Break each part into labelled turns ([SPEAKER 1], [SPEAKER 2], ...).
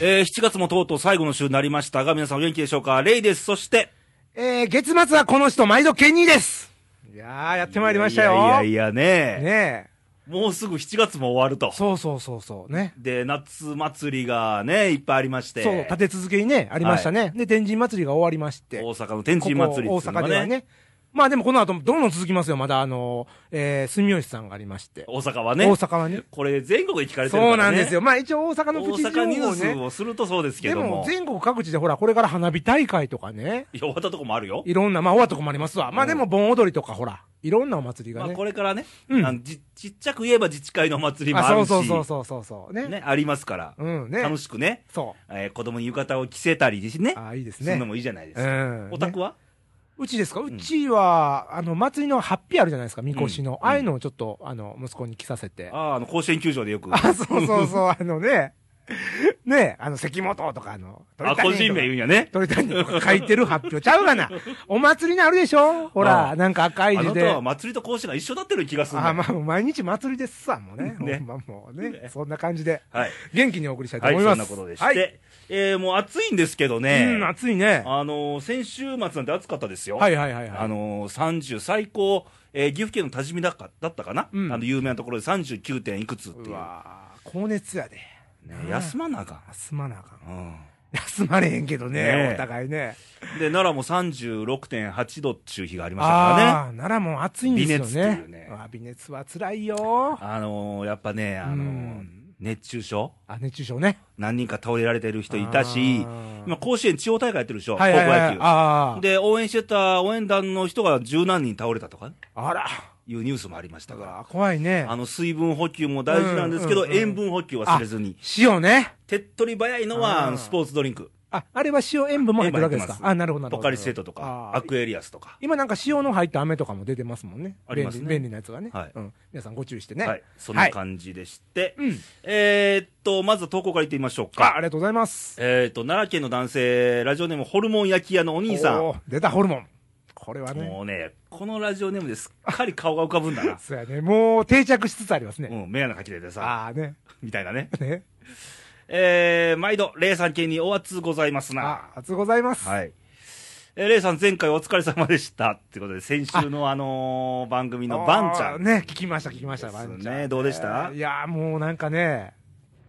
[SPEAKER 1] えー、7月もとうとう最後の週になりましたが、皆さんお元気でしょうかレイです。そして、
[SPEAKER 2] えー、月末はこの人、毎度ケニーです。いやー、やってまいりましたよ。
[SPEAKER 1] いやいやいやね
[SPEAKER 2] ね
[SPEAKER 1] もうすぐ7月も終わると
[SPEAKER 2] え。。そうそうそうそう、ね。
[SPEAKER 1] で、夏祭りがね、いっぱいありまして。
[SPEAKER 2] そう、立て続けにね、ありましたね。で、天神祭りが終わりまして。
[SPEAKER 1] 大阪の天神祭り
[SPEAKER 2] ここ
[SPEAKER 1] っていう
[SPEAKER 2] 大
[SPEAKER 1] の
[SPEAKER 2] 阪
[SPEAKER 1] が
[SPEAKER 2] では
[SPEAKER 1] ね。
[SPEAKER 2] ね。まあでもこの後もどんどん続きますよ。まだあの、えー、住吉さんがありまして。
[SPEAKER 1] 大阪はね。
[SPEAKER 2] 大阪はね。
[SPEAKER 1] これ全国で聞かれてるからね。
[SPEAKER 2] そうなんですよ。まあ一応大阪
[SPEAKER 1] 大
[SPEAKER 2] のプチ情報
[SPEAKER 1] 阪ニュース
[SPEAKER 2] ね。
[SPEAKER 1] をするとそうですけ
[SPEAKER 2] で
[SPEAKER 1] ど
[SPEAKER 2] も
[SPEAKER 1] も。
[SPEAKER 2] 全国各地でほら、これから花火大会とかね。
[SPEAKER 1] いや終わったとこもあるよ。
[SPEAKER 2] いろんな、まあ終わったとこもありますわ。まあでも盆踊りとかほら、いろんなお祭り
[SPEAKER 1] ま
[SPEAKER 2] が
[SPEAKER 1] あ、
[SPEAKER 2] ね。
[SPEAKER 1] これからね、
[SPEAKER 2] うん
[SPEAKER 1] あのじ、ちっちゃく言えば自治会のお祭りも
[SPEAKER 2] あ
[SPEAKER 1] あ
[SPEAKER 2] そ
[SPEAKER 1] る
[SPEAKER 2] う
[SPEAKER 1] し、
[SPEAKER 2] そうそうそうそうそう。ね。
[SPEAKER 1] ね、ありますから、
[SPEAKER 2] うんね。
[SPEAKER 1] 楽しくね、
[SPEAKER 2] そ
[SPEAKER 1] えー子供に浴衣を着せたりですね
[SPEAKER 2] う。、ああ、いいです
[SPEAKER 1] するの
[SPEAKER 2] ね。
[SPEAKER 1] もいいじゃないです
[SPEAKER 2] う
[SPEAKER 1] か。
[SPEAKER 2] ん。
[SPEAKER 1] お宅
[SPEAKER 2] ね
[SPEAKER 1] は、
[SPEAKER 2] うちですかうちは、あの、祭りのハッピーあるじゃないですか、みこしの。
[SPEAKER 1] うん
[SPEAKER 2] ああいうのをちょっと、あの、息子に着させて。
[SPEAKER 1] ああ、あの、甲子園球場でよく。
[SPEAKER 2] あ、そうそう そう、あのね、ね、あの、関本とか、あの、
[SPEAKER 1] あ、個人名言うん
[SPEAKER 2] う。
[SPEAKER 1] やね。
[SPEAKER 2] 鳥谷とか書いてる発表ちゃう がな。お祭りにあるでしょほ
[SPEAKER 1] ああ
[SPEAKER 2] ら、なんか
[SPEAKER 1] あ
[SPEAKER 2] 赤い
[SPEAKER 1] な
[SPEAKER 2] 字
[SPEAKER 1] た
[SPEAKER 2] で。
[SPEAKER 1] は祭りと甲子園が一緒だってる気がするんだ
[SPEAKER 2] あ、まあ、毎日祭りですさ、もうね。
[SPEAKER 1] ね
[SPEAKER 2] ほんまもう
[SPEAKER 1] ね
[SPEAKER 2] ね。そんな感じで、
[SPEAKER 1] はい。
[SPEAKER 2] 元気にお送りしたいと
[SPEAKER 1] はい、
[SPEAKER 2] 思い
[SPEAKER 1] そ
[SPEAKER 2] ます。
[SPEAKER 1] んなことでして、
[SPEAKER 2] はい
[SPEAKER 1] えーもう暑いんですけどね、
[SPEAKER 2] うん、暑いね。
[SPEAKER 1] あのー先週末なんて暑かったですよ。
[SPEAKER 2] はいはいはいはい。
[SPEAKER 1] あのー、30最高、えー岐阜県の多治見だかだったかな、
[SPEAKER 2] うん
[SPEAKER 1] あの有名なところで39点いくつっていう
[SPEAKER 2] うわぁ、高熱やで。
[SPEAKER 1] ね、休まなあか
[SPEAKER 2] 休まなあかん。
[SPEAKER 1] ん、うん
[SPEAKER 2] 休まれへんけどね、
[SPEAKER 1] ねえ
[SPEAKER 2] お互いね。
[SPEAKER 1] で奈良も36.8度っていう日がありましたからね
[SPEAKER 2] ああー、奈良も暑いんですよ
[SPEAKER 1] 微
[SPEAKER 2] ね。
[SPEAKER 1] 熱っていうね
[SPEAKER 2] あー微熱は辛いよ。
[SPEAKER 1] あのーやっぱね、あのー
[SPEAKER 2] うん
[SPEAKER 1] 熱中症
[SPEAKER 2] あ、熱中症ね。
[SPEAKER 1] 何人か倒れられてる人いたし
[SPEAKER 2] あー
[SPEAKER 1] 今甲子園地方大会やってるでしょ、
[SPEAKER 2] はいはいはい、
[SPEAKER 1] 高校野
[SPEAKER 2] あ
[SPEAKER 1] 球
[SPEAKER 2] ー
[SPEAKER 1] で応援してた応援団の人が十何人倒れたとか
[SPEAKER 2] あら、
[SPEAKER 1] いうニュースもありました
[SPEAKER 2] だ
[SPEAKER 1] から
[SPEAKER 2] から怖いね
[SPEAKER 1] あ。の水分補給も大事なんですけど、
[SPEAKER 2] うんうんうん
[SPEAKER 1] 塩分補給はされずに、
[SPEAKER 2] 塩ね。
[SPEAKER 1] 手っ取り早いのは
[SPEAKER 2] あー
[SPEAKER 1] あのスポーツドリンク、
[SPEAKER 2] あ、あれは塩塩分も入ってるわけです
[SPEAKER 1] 塩
[SPEAKER 2] か。
[SPEAKER 1] 分入ってます
[SPEAKER 2] あ、なるほどなるほど。
[SPEAKER 1] ポカリスエットとか、
[SPEAKER 2] あ
[SPEAKER 1] ア
[SPEAKER 2] ー
[SPEAKER 1] クエリアスとか、
[SPEAKER 2] 今なんか塩の入った飴とかも出てますもんね。
[SPEAKER 1] ありますね
[SPEAKER 2] 便利便利なやつがね、
[SPEAKER 1] はい
[SPEAKER 2] うん。皆さんご注意してね。
[SPEAKER 1] はい、そんな感じでして、
[SPEAKER 2] はいうん
[SPEAKER 1] えーっと、まずは投稿からいってみましょう
[SPEAKER 2] あ、あ
[SPEAKER 1] か。
[SPEAKER 2] りがとうございます。
[SPEAKER 1] えーっと、奈良県の男性、ラジオネーム、ホルモン焼き屋のお兄さん。
[SPEAKER 2] おー。出たホルモン。これはね。。
[SPEAKER 1] もうね、このラジオネームですっかり顔が浮かぶんだな
[SPEAKER 2] そうやね。もう定着しつつありますね。
[SPEAKER 1] うん、メガネかけててさ、
[SPEAKER 2] ああね。
[SPEAKER 1] みたいなね。
[SPEAKER 2] ね。
[SPEAKER 1] えー、毎度、レイさん系にお熱ござい ますな。
[SPEAKER 2] あ、ありがとうございます。
[SPEAKER 1] はい。えー、レイさん、前回お疲れ様でした。ってことで、先週のあのー番組のバンちゃ
[SPEAKER 2] あー
[SPEAKER 1] ん。
[SPEAKER 2] ね、聞きました、聞きました、
[SPEAKER 1] です
[SPEAKER 2] バ
[SPEAKER 1] ね
[SPEAKER 2] ンちゃん。
[SPEAKER 1] どうでした
[SPEAKER 2] いやー、もうなんかね、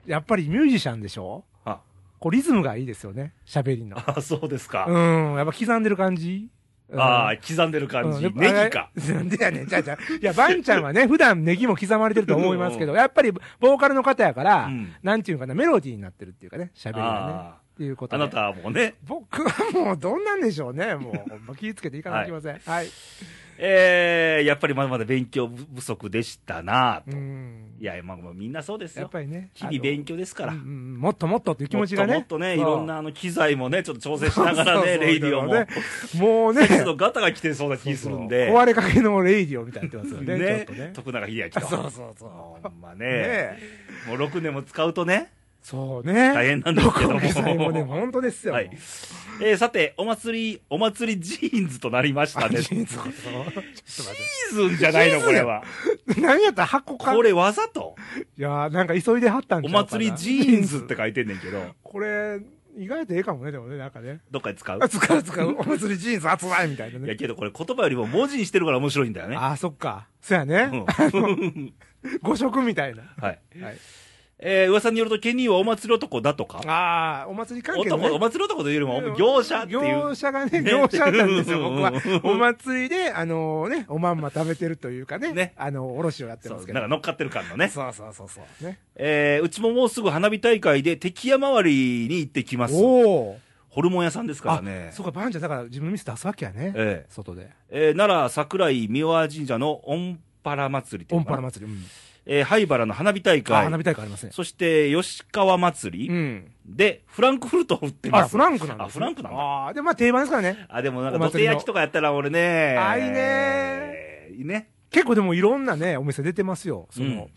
[SPEAKER 2] やっぱりミュージシャンでしょ
[SPEAKER 1] あ、
[SPEAKER 2] こうリズムがいいですよね、喋りの。
[SPEAKER 1] あそうですか。
[SPEAKER 2] うん、やっぱ刻んでる感じ。うん
[SPEAKER 1] ああ、刻んでる感じ。
[SPEAKER 2] うんや
[SPEAKER 1] ネ
[SPEAKER 2] っ
[SPEAKER 1] ギ
[SPEAKER 2] ぱあれ
[SPEAKER 1] か。
[SPEAKER 2] なんでやねん、じゃあじゃあいや、バンちゃん はね、普段ネギも刻まれてると思いますけど、やっぱりボーカルの方やから、
[SPEAKER 1] うん
[SPEAKER 2] なんていうかな、メロディーになってるっていうかね、喋りがね。
[SPEAKER 1] あ
[SPEAKER 2] っていうこ
[SPEAKER 1] あ、あ
[SPEAKER 2] とで
[SPEAKER 1] なたはもうね。
[SPEAKER 2] 僕はもうどんなんでしょうね、もう。ほんま気ぃつけていかなきゃいけません。はい。
[SPEAKER 1] えー、やっぱりまだまだ勉強不足でしたな
[SPEAKER 2] う
[SPEAKER 1] と。
[SPEAKER 2] ん
[SPEAKER 1] い。や、まあ、まあみんなそうです
[SPEAKER 2] やっ
[SPEAKER 1] よ。
[SPEAKER 2] ぱりね。
[SPEAKER 1] 日々
[SPEAKER 2] 強
[SPEAKER 1] 勉強ですから
[SPEAKER 2] うん。うんもっともっとっていう気持ちがね。
[SPEAKER 1] もっともっとね、い
[SPEAKER 2] そう
[SPEAKER 1] ろんなあの機材もね、ちょっと調整しながら
[SPEAKER 2] そうそ
[SPEAKER 1] ね、
[SPEAKER 2] う
[SPEAKER 1] レイディオも。
[SPEAKER 2] ねもうね、
[SPEAKER 1] ちょっとガタが来てそうな気するんで。
[SPEAKER 2] 壊れかけのレイディオみたいになってますよね。
[SPEAKER 1] ね
[SPEAKER 2] ちょっとね。
[SPEAKER 1] 徳永秀明
[SPEAKER 2] あ
[SPEAKER 1] と。
[SPEAKER 2] そうそうそ
[SPEAKER 1] ほんま
[SPEAKER 2] う。
[SPEAKER 1] ね。
[SPEAKER 2] ねえ
[SPEAKER 1] もう6年も使うとね。
[SPEAKER 2] そうね。
[SPEAKER 1] 大変なんですけども
[SPEAKER 2] どこの機材もね、本当ですよ。
[SPEAKER 1] はい。えー、さて、お祭り、お祭りジーンズとなりました
[SPEAKER 2] あ
[SPEAKER 1] ね。
[SPEAKER 2] ジ
[SPEAKER 1] シ
[SPEAKER 2] ーンズのことちょっと待
[SPEAKER 1] ーズンじゃないの、これは。
[SPEAKER 2] って。何やったら箱か。
[SPEAKER 1] これわざと
[SPEAKER 2] いやーなんか急いではったんち
[SPEAKER 1] お
[SPEAKER 2] ゃうかな
[SPEAKER 1] 祭りジーンズって。書いてんねんけど、
[SPEAKER 2] これ、意外とええかもね、でもね、なんかね。
[SPEAKER 1] どっかで使う
[SPEAKER 2] あ使う使う。お祭りジーンズ熱いみたいない
[SPEAKER 1] や
[SPEAKER 2] ね。
[SPEAKER 1] けどこれ言葉よりも文字にしてるから面白いんだよね。
[SPEAKER 2] あー、そっか。そやね。五色みたいな。
[SPEAKER 1] はい。
[SPEAKER 2] はい。
[SPEAKER 1] えー、噂によるとケニーはお祭り男だとか、
[SPEAKER 2] ああ、お祭り関係のね
[SPEAKER 1] 男、お祭り男というよりも業者っていう
[SPEAKER 2] 業。者がね、
[SPEAKER 1] ね。
[SPEAKER 2] 業者なんですよ、僕は お祭りで、あのね、おまんま食べてるというかね、
[SPEAKER 1] ね
[SPEAKER 2] あの、おろしをやって
[SPEAKER 1] そ
[SPEAKER 2] ます
[SPEAKER 1] う
[SPEAKER 2] け
[SPEAKER 1] なんか
[SPEAKER 2] ど。
[SPEAKER 1] 乗っかってる感のね。
[SPEAKER 2] そうそうそうそう。ね、
[SPEAKER 1] えー、うちももうすぐ花火大会で敵屋周りに行ってきます。
[SPEAKER 2] おお。
[SPEAKER 1] ホルモン屋さんですからね
[SPEAKER 2] あ、。そうか、バンちゃん、だから自分のミス出すわけやね。
[SPEAKER 1] え
[SPEAKER 2] 外で。
[SPEAKER 1] ーえー奈良桜井三輪神社のオンパラ祭りってい
[SPEAKER 2] オ
[SPEAKER 1] う
[SPEAKER 2] ン
[SPEAKER 1] のか
[SPEAKER 2] パ
[SPEAKER 1] な
[SPEAKER 2] ラ祭り。うん。
[SPEAKER 1] えー、灰原の花火大
[SPEAKER 2] あ、
[SPEAKER 1] 会。
[SPEAKER 2] 花火大会ありますね。
[SPEAKER 1] そして、吉川祭り、
[SPEAKER 2] うん。
[SPEAKER 1] で、フランクフルトを売ってま
[SPEAKER 2] あ、
[SPEAKER 1] す。
[SPEAKER 2] フランクなんだ。
[SPEAKER 1] あ、フランクなんだ。
[SPEAKER 2] ああー、で、まあ定番ですからね。
[SPEAKER 1] あ、でもなんか、
[SPEAKER 2] お
[SPEAKER 1] 土手
[SPEAKER 2] 祭りの
[SPEAKER 1] 焼きとかやったら俺ね。
[SPEAKER 2] あいいね
[SPEAKER 1] いいね。
[SPEAKER 2] 結構でもいろんなね、お店出てますよ。その、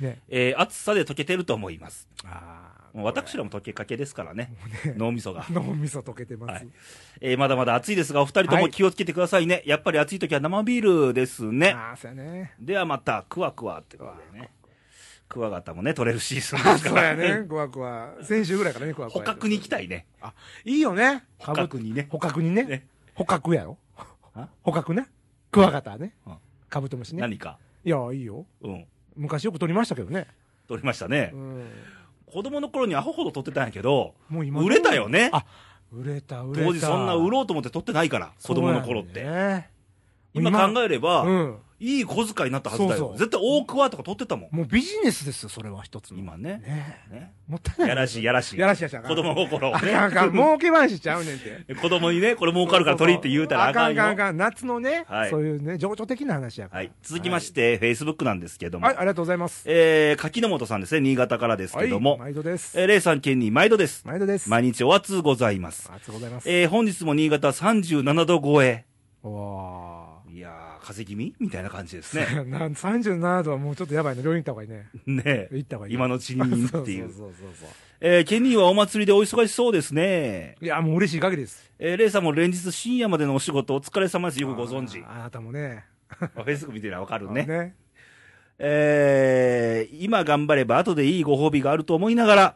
[SPEAKER 2] ね。
[SPEAKER 1] えー暑さで溶けてると思います。
[SPEAKER 2] あ
[SPEAKER 1] もう私らも溶けかけですからね。脳みそが
[SPEAKER 2] あ。。脳みそ溶けてます。
[SPEAKER 1] はいえーまだまだ暑いですが、お二人とも気をつけてくださいね。やっぱり暑い時は生ビールですね。
[SPEAKER 2] ああ、そうやね。
[SPEAKER 1] ではまた、くわくわってことでね。クワガタもね、取れるシーズンです か
[SPEAKER 2] そう
[SPEAKER 1] ら
[SPEAKER 2] やね、コワコワ。先週ぐらいからね、コワコ
[SPEAKER 1] 捕
[SPEAKER 2] ワ。
[SPEAKER 1] 獲に行きたいね。
[SPEAKER 2] あ、いいよね。
[SPEAKER 1] 捕獲にね。
[SPEAKER 2] 捕獲にね
[SPEAKER 1] ね。
[SPEAKER 2] 捕獲やろ
[SPEAKER 1] あ
[SPEAKER 2] 捕獲ね。クワガタね
[SPEAKER 1] うん。
[SPEAKER 2] カブトムシね。
[SPEAKER 1] 何か。
[SPEAKER 2] いや、いいよ。
[SPEAKER 1] うん。
[SPEAKER 2] 昔よく撮りましたけどね。
[SPEAKER 1] 取りましたね
[SPEAKER 2] う。ん。
[SPEAKER 1] 子供の頃にアホほど取ってたんやけど、
[SPEAKER 2] もう今。
[SPEAKER 1] 売れたよね。
[SPEAKER 2] あ、売れた、売れた。
[SPEAKER 1] 当時そんな売ろうと思って取ってないから、子供の頃っ
[SPEAKER 2] そう
[SPEAKER 1] て。
[SPEAKER 2] やね
[SPEAKER 1] 今考えれば、
[SPEAKER 2] うん。
[SPEAKER 1] いい小遣いになったはずだよ。
[SPEAKER 2] そうそう
[SPEAKER 1] 絶対大桑とか取ってたもん。
[SPEAKER 2] もうビジネスですよ、それは一つの。
[SPEAKER 1] 今ね。
[SPEAKER 2] ね
[SPEAKER 1] ね
[SPEAKER 2] もったいない。
[SPEAKER 1] やらしい、やらしい。
[SPEAKER 2] やらしいやらしいあかん
[SPEAKER 1] 子供心を
[SPEAKER 2] あ
[SPEAKER 1] ね。
[SPEAKER 2] かんあ かん、儲け話ちゃうねんて。
[SPEAKER 1] 子供にね、これ儲かるから取りって言うたらあかんよ。
[SPEAKER 2] あかんあかんあかん夏のね、
[SPEAKER 1] はい
[SPEAKER 2] そういうね、情緒的な話やから。
[SPEAKER 1] はい。続きまして、Facebook なんですけども。
[SPEAKER 2] はい、ありがとうございます。
[SPEAKER 1] えー、柿本さんですね、新潟からですけど
[SPEAKER 2] は
[SPEAKER 1] も
[SPEAKER 2] い、。毎度です。
[SPEAKER 1] えー、レイさん、ケンに毎度です。
[SPEAKER 2] 毎度です。
[SPEAKER 1] 毎日お熱うございます。
[SPEAKER 2] ありがとうございます。
[SPEAKER 1] えー、本日も新潟37度超え。
[SPEAKER 2] わ
[SPEAKER 1] いやー、風邪気味みたいな感じです ね。
[SPEAKER 2] ーなん37度はもうちょっとやばいね。病院行った方がいいね。
[SPEAKER 1] ねえ
[SPEAKER 2] 行った方がいい。
[SPEAKER 1] 今のうちにっていう。
[SPEAKER 2] そうそうそうそうそう。
[SPEAKER 1] えー、ケニーはお祭りでお忙しそうですね。
[SPEAKER 2] いや、もう嬉しい限りです。
[SPEAKER 1] えー、レイさんも連日深夜までのお仕事お疲れ様です。よくご存知。
[SPEAKER 2] あーあなたもね。
[SPEAKER 1] まあ、フェイスブック見てりゃわかる
[SPEAKER 2] あの
[SPEAKER 1] ね。
[SPEAKER 2] ね。
[SPEAKER 1] えー、今頑張れば後でいいご褒美があると思いながら、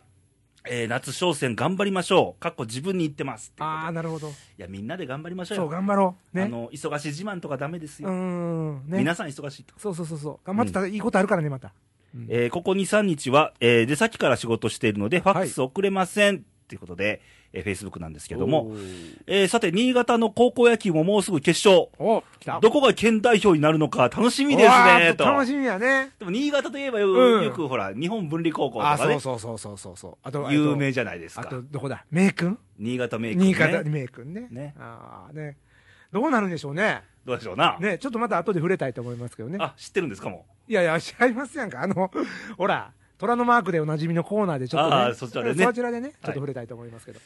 [SPEAKER 1] えー、夏商戦頑張りましょう。かっこ自分に言ってます。
[SPEAKER 2] ああ、
[SPEAKER 1] い
[SPEAKER 2] なるほど。
[SPEAKER 1] や、みんなで頑張りましょう
[SPEAKER 2] そう、
[SPEAKER 1] よ。
[SPEAKER 2] 頑張ろう。
[SPEAKER 1] あ
[SPEAKER 2] ね。
[SPEAKER 1] の、忙しい自慢とかダメです
[SPEAKER 2] うー
[SPEAKER 1] よ。
[SPEAKER 2] ん。ね。
[SPEAKER 1] 皆さん忙しいと。
[SPEAKER 2] そうそうそうそう。頑張ってたらいいことあるからね、また。うん
[SPEAKER 1] えー、ここ2、3日は、えー、出先から仕事しているので、ファックス送れません。っていうことで、えー、Facebook なんですけども、。えー、さて、新潟の高校野球ももうすぐ決勝。
[SPEAKER 2] おーお、来た。
[SPEAKER 1] どこが県代表になるのか楽しみですね、と。
[SPEAKER 2] うわー楽しみやね。
[SPEAKER 1] でも、新潟といえばよ,、
[SPEAKER 2] うん
[SPEAKER 1] よくほら、日本文理高校と
[SPEAKER 2] あ、
[SPEAKER 1] か
[SPEAKER 2] そう
[SPEAKER 1] ね、
[SPEAKER 2] そうそうそうそうそう。あと、
[SPEAKER 1] 有名じゃないです
[SPEAKER 2] あと、あ
[SPEAKER 1] か
[SPEAKER 2] と。どこだ名君
[SPEAKER 1] 新潟名
[SPEAKER 2] 新潟
[SPEAKER 1] ね。
[SPEAKER 2] 名君ね。
[SPEAKER 1] ね
[SPEAKER 2] ああ、ね。どうなるんでしょうね。
[SPEAKER 1] どうでしょうな。
[SPEAKER 2] ね、ちょっとまた後で触れたいと思いますけどね。
[SPEAKER 1] あ、知ってるんですかも。
[SPEAKER 2] いやいや、知らいますやんか。あの、ほら、虎のマークでおなじみのコーナーでちょっと、ね。
[SPEAKER 1] あーそちらでね
[SPEAKER 2] そちらでね、ちょっと触れたいと思いますけど。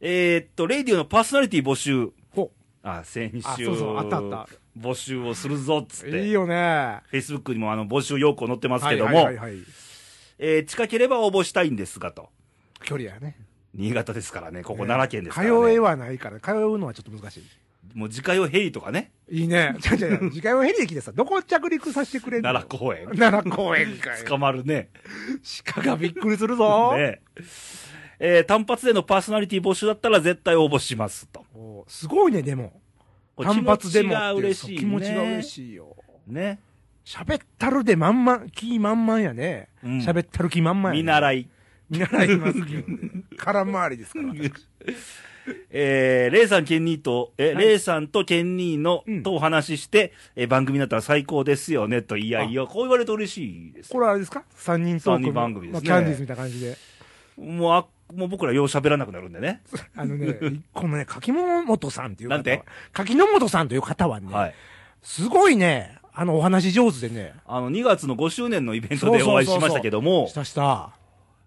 [SPEAKER 1] えー、っと、レイディオのパーソナリティ募集。
[SPEAKER 2] ほ
[SPEAKER 1] あ、先
[SPEAKER 2] あ
[SPEAKER 1] 週。
[SPEAKER 2] そうそうあったあった
[SPEAKER 1] 募集をするぞ、っつって。
[SPEAKER 2] いいよね。
[SPEAKER 1] Facebook にもあの募集要項載ってますけども、
[SPEAKER 2] はいはいはいはい
[SPEAKER 1] えー近ければ応募したいんですがと。
[SPEAKER 2] 距離やね。
[SPEAKER 1] 新潟ですからね、ここ
[SPEAKER 2] ね
[SPEAKER 1] 奈良県ですから、
[SPEAKER 2] 通え
[SPEAKER 1] ね。
[SPEAKER 2] はないから、通うのはちょっと難しい。
[SPEAKER 1] もう自家用ヘリとかね、
[SPEAKER 2] い いね。じゃじゃ次回はヘリで来てさ、どこ着陸させてくれんの
[SPEAKER 1] 奈良公園。
[SPEAKER 2] 奈良公園かい。
[SPEAKER 1] 捕まるね。
[SPEAKER 2] 鹿がびっくりするぞ。
[SPEAKER 1] ねえー単発でのパーソナリティ募集だったら絶対応募しますと。
[SPEAKER 2] おすごいね、でも。単発でも
[SPEAKER 1] 気持ちが嬉しい、ね。
[SPEAKER 2] 気持ちが嬉しいよ。
[SPEAKER 1] い。ね。
[SPEAKER 2] 喋ったるでまんま、気まんまんやね。
[SPEAKER 1] うん
[SPEAKER 2] 喋、ったる気まんまんや、ね。
[SPEAKER 1] 見習い。
[SPEAKER 2] 見習いますけどね。空回りですから。私
[SPEAKER 1] えー、レイさん、ケンニーと、え、
[SPEAKER 2] はい
[SPEAKER 1] レイさんとケンニーの、
[SPEAKER 2] うん
[SPEAKER 1] とお話しして、えー番組になったら最高ですよね、と、いやいや、こう言われると嬉しいです。
[SPEAKER 2] これはあれですか三人トークの。
[SPEAKER 1] 三人番組ですね
[SPEAKER 2] まあ、キャンディーズみたいな感じで。
[SPEAKER 1] もう、あ、もう僕らよう喋らなくなるんでね。
[SPEAKER 2] あ のね、このね、柿本さんっていう方は
[SPEAKER 1] なんて
[SPEAKER 2] 柿本さんという方はね、
[SPEAKER 1] はい。
[SPEAKER 2] すごいね、あの、お話上手でね。
[SPEAKER 1] あの、2月の5周年のイベントでお会いしましたけども、
[SPEAKER 2] したした。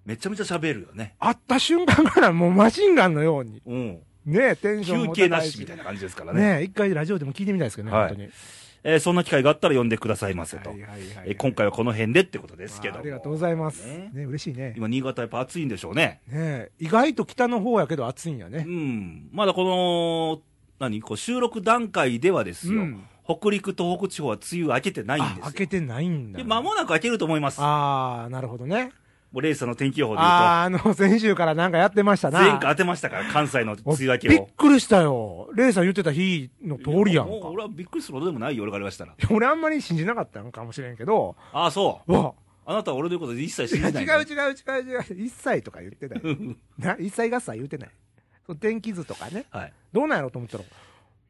[SPEAKER 1] めちゃめちゃ喋るよね。
[SPEAKER 2] 会った瞬間からもうマシンガンのように。
[SPEAKER 1] うん。
[SPEAKER 2] ねテンション
[SPEAKER 1] 休
[SPEAKER 2] も高い
[SPEAKER 1] 憩なしみたいな感じですからね。
[SPEAKER 2] ね一回ラジオでも聞いてみたいですけどね、
[SPEAKER 1] はい
[SPEAKER 2] 本当に。
[SPEAKER 1] えーそんな機会があったら呼んでくださいませと。
[SPEAKER 2] はいはいはいはい
[SPEAKER 1] えー今回はこの辺でってことですけど
[SPEAKER 2] あ
[SPEAKER 1] も。
[SPEAKER 2] ありがとうございます。
[SPEAKER 1] ね
[SPEAKER 2] ね嬉しいね。ね
[SPEAKER 1] 今、新潟やっぱ暑いんでしょうね。
[SPEAKER 2] 意外と北の方やけど暑いんや
[SPEAKER 1] う
[SPEAKER 2] ね。
[SPEAKER 1] ん。まだこの、何こう収録段階ではですよ、
[SPEAKER 2] うん
[SPEAKER 1] 北陸、東北地方は梅雨明けてないんで、
[SPEAKER 2] あ開
[SPEAKER 1] すよ
[SPEAKER 2] け。てないんだ。
[SPEAKER 1] で、間もなく明けると思います。も
[SPEAKER 2] ああ、なるほどね。
[SPEAKER 1] うレイさんの天気予報で言うと、
[SPEAKER 2] ああ、あの、先週からなんかやってましたな。
[SPEAKER 1] 前回当てましたから、関西の梅雨明け
[SPEAKER 2] びっ
[SPEAKER 1] を。
[SPEAKER 2] くりしたよ。レイさん言ってた日の通りやんか
[SPEAKER 1] もう。俺はびっくりするほどでもないよ、俺から言わしたら。
[SPEAKER 2] 俺あんまり信じなかったんかもしれんけど、
[SPEAKER 1] ああ、そう。
[SPEAKER 2] わ
[SPEAKER 1] あなたは俺の言うことで一切
[SPEAKER 2] い
[SPEAKER 1] 信
[SPEAKER 2] や
[SPEAKER 1] じ
[SPEAKER 2] 違う
[SPEAKER 1] ない。
[SPEAKER 2] 違う違う違う、一切とか 言ってない。な一切合切言ってない。その天気図とかね、
[SPEAKER 1] はい。
[SPEAKER 2] どうなんやろうと思ったら、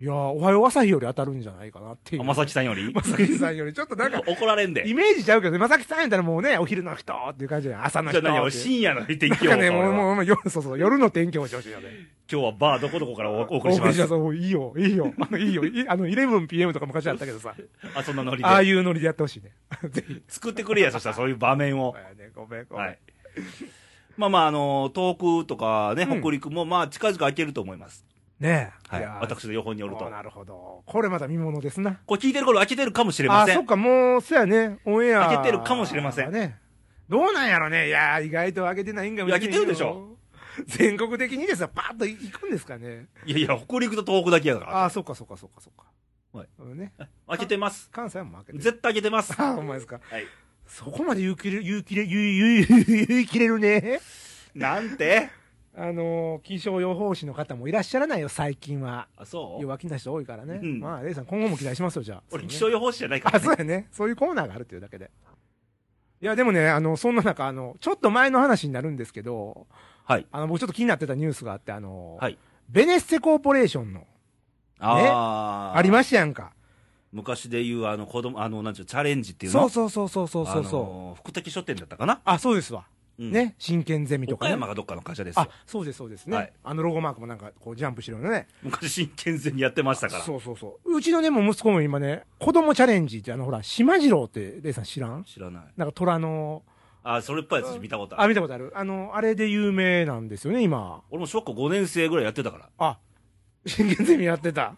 [SPEAKER 2] いやー、おはよう朝日より当たるんじゃないかなっていう。
[SPEAKER 1] 天崎さんより
[SPEAKER 2] まさきさんよりちょっとなんか、
[SPEAKER 1] 怒られんで。
[SPEAKER 2] イメージちゃうけどね、まさきさんやったらもうね、お昼の人っていう感じで、朝の
[SPEAKER 1] じゃ
[SPEAKER 2] 人
[SPEAKER 1] あ何俺
[SPEAKER 2] っていう。
[SPEAKER 1] 深夜の天気予報
[SPEAKER 2] なんかね、
[SPEAKER 1] か俺
[SPEAKER 2] もう、
[SPEAKER 1] は
[SPEAKER 2] もう、もう夜、そうそう、夜の天気をしてほしいよね。
[SPEAKER 1] 今日はバーどこどこからおお送りします。
[SPEAKER 2] 大口さんもういいよ、いいよ、あの、いいよ、いいあの、11pm とか昔あった けどさ、
[SPEAKER 1] あ、そんなノリ
[SPEAKER 2] ああ
[SPEAKER 1] で。
[SPEAKER 2] いうノリでやってほしいね。ぜひ。
[SPEAKER 1] 作ってくれや、そしたらそういう場面を
[SPEAKER 2] ご。めんごめん、ごめん。
[SPEAKER 1] はい。まあまあ、あの、東北とかね、
[SPEAKER 2] うん
[SPEAKER 1] 北陸も、まあ、近々開けると思います。
[SPEAKER 2] ねえ。
[SPEAKER 1] はい
[SPEAKER 2] やー。
[SPEAKER 1] 私の予報によると
[SPEAKER 2] お。なるほど。これまた見物ですな。
[SPEAKER 1] これ聞いてる頃開けてるかもしれま
[SPEAKER 2] あ、
[SPEAKER 1] せ
[SPEAKER 2] そっ
[SPEAKER 1] ん。
[SPEAKER 2] か、もう、そやね。オンエア。
[SPEAKER 1] 開けてるかもしれません
[SPEAKER 2] ね。どうなんやろね。いやー、意外と開けてないんかもしれない。
[SPEAKER 1] いや開けてるでしょ。
[SPEAKER 2] 全国的にですよ、パーッと行くんですかね。
[SPEAKER 1] いやいや、北陸と東北だけやから。
[SPEAKER 2] あー、そっかそっかそっかそっか。
[SPEAKER 1] はい
[SPEAKER 2] うんね。
[SPEAKER 1] 開けてます。
[SPEAKER 2] 関西も開けてる。
[SPEAKER 1] 絶対開けてます。
[SPEAKER 2] あー、ほんまですか。
[SPEAKER 1] はい。
[SPEAKER 2] そこまで言う切れ、言う切れ、言う、言う、言う言い切れるね。
[SPEAKER 1] なんて
[SPEAKER 2] あのー、気象予報士の方もいらっしゃらないよ、最近は。
[SPEAKER 1] あ、そう
[SPEAKER 2] 弱気な人多いからね。
[SPEAKER 1] うん
[SPEAKER 2] まあ、レイさん、今後も期待しますよ、じゃあ。
[SPEAKER 1] 俺気
[SPEAKER 2] そう
[SPEAKER 1] 象
[SPEAKER 2] ね
[SPEAKER 1] 予報士じゃないから、
[SPEAKER 2] あ、
[SPEAKER 1] ね。
[SPEAKER 2] そうやね。そういうコーナーがあるっていうだけで。いや、でもね、あの、そんな中、あの、ちょっと前の話になるんですけど、
[SPEAKER 1] はい。
[SPEAKER 2] あの、僕ちょっと気になってたニュースがあって、あの、
[SPEAKER 1] はい
[SPEAKER 2] ベネッセコーポレーションの、
[SPEAKER 1] あー
[SPEAKER 2] ありましたやんか。
[SPEAKER 1] 昔で言う、あの、子供、あの、なんちゅう、チャレンジっていうの
[SPEAKER 2] そうそうそうそうそうそうそう。
[SPEAKER 1] あのー福滝書店だったかな、
[SPEAKER 2] あ、そうですわ。
[SPEAKER 1] うん、
[SPEAKER 2] ね、真剣ゼミと
[SPEAKER 1] 岡
[SPEAKER 2] か、ね。
[SPEAKER 1] 山がどっかの会社ですよ
[SPEAKER 2] あ、そうです、そうですね、
[SPEAKER 1] はい
[SPEAKER 2] あのロゴマークもなんかこうジャンプしてるよね。
[SPEAKER 1] 昔真剣ゼミやってましたから。
[SPEAKER 2] そうそうそう。うちのね、もう息子も今ね、子供チャレンジってあのほら、島次郎って、レイさん知らん
[SPEAKER 1] 知らない。
[SPEAKER 2] なんか虎の、
[SPEAKER 1] あ、それっぽいやつ見たことあ
[SPEAKER 2] あ、
[SPEAKER 1] る。
[SPEAKER 2] 見たことあるあの、あれで有名なんですよね、今。
[SPEAKER 1] 俺も小学校5年生ぐらいやってたから。
[SPEAKER 2] あ、真剣ゼミやってた。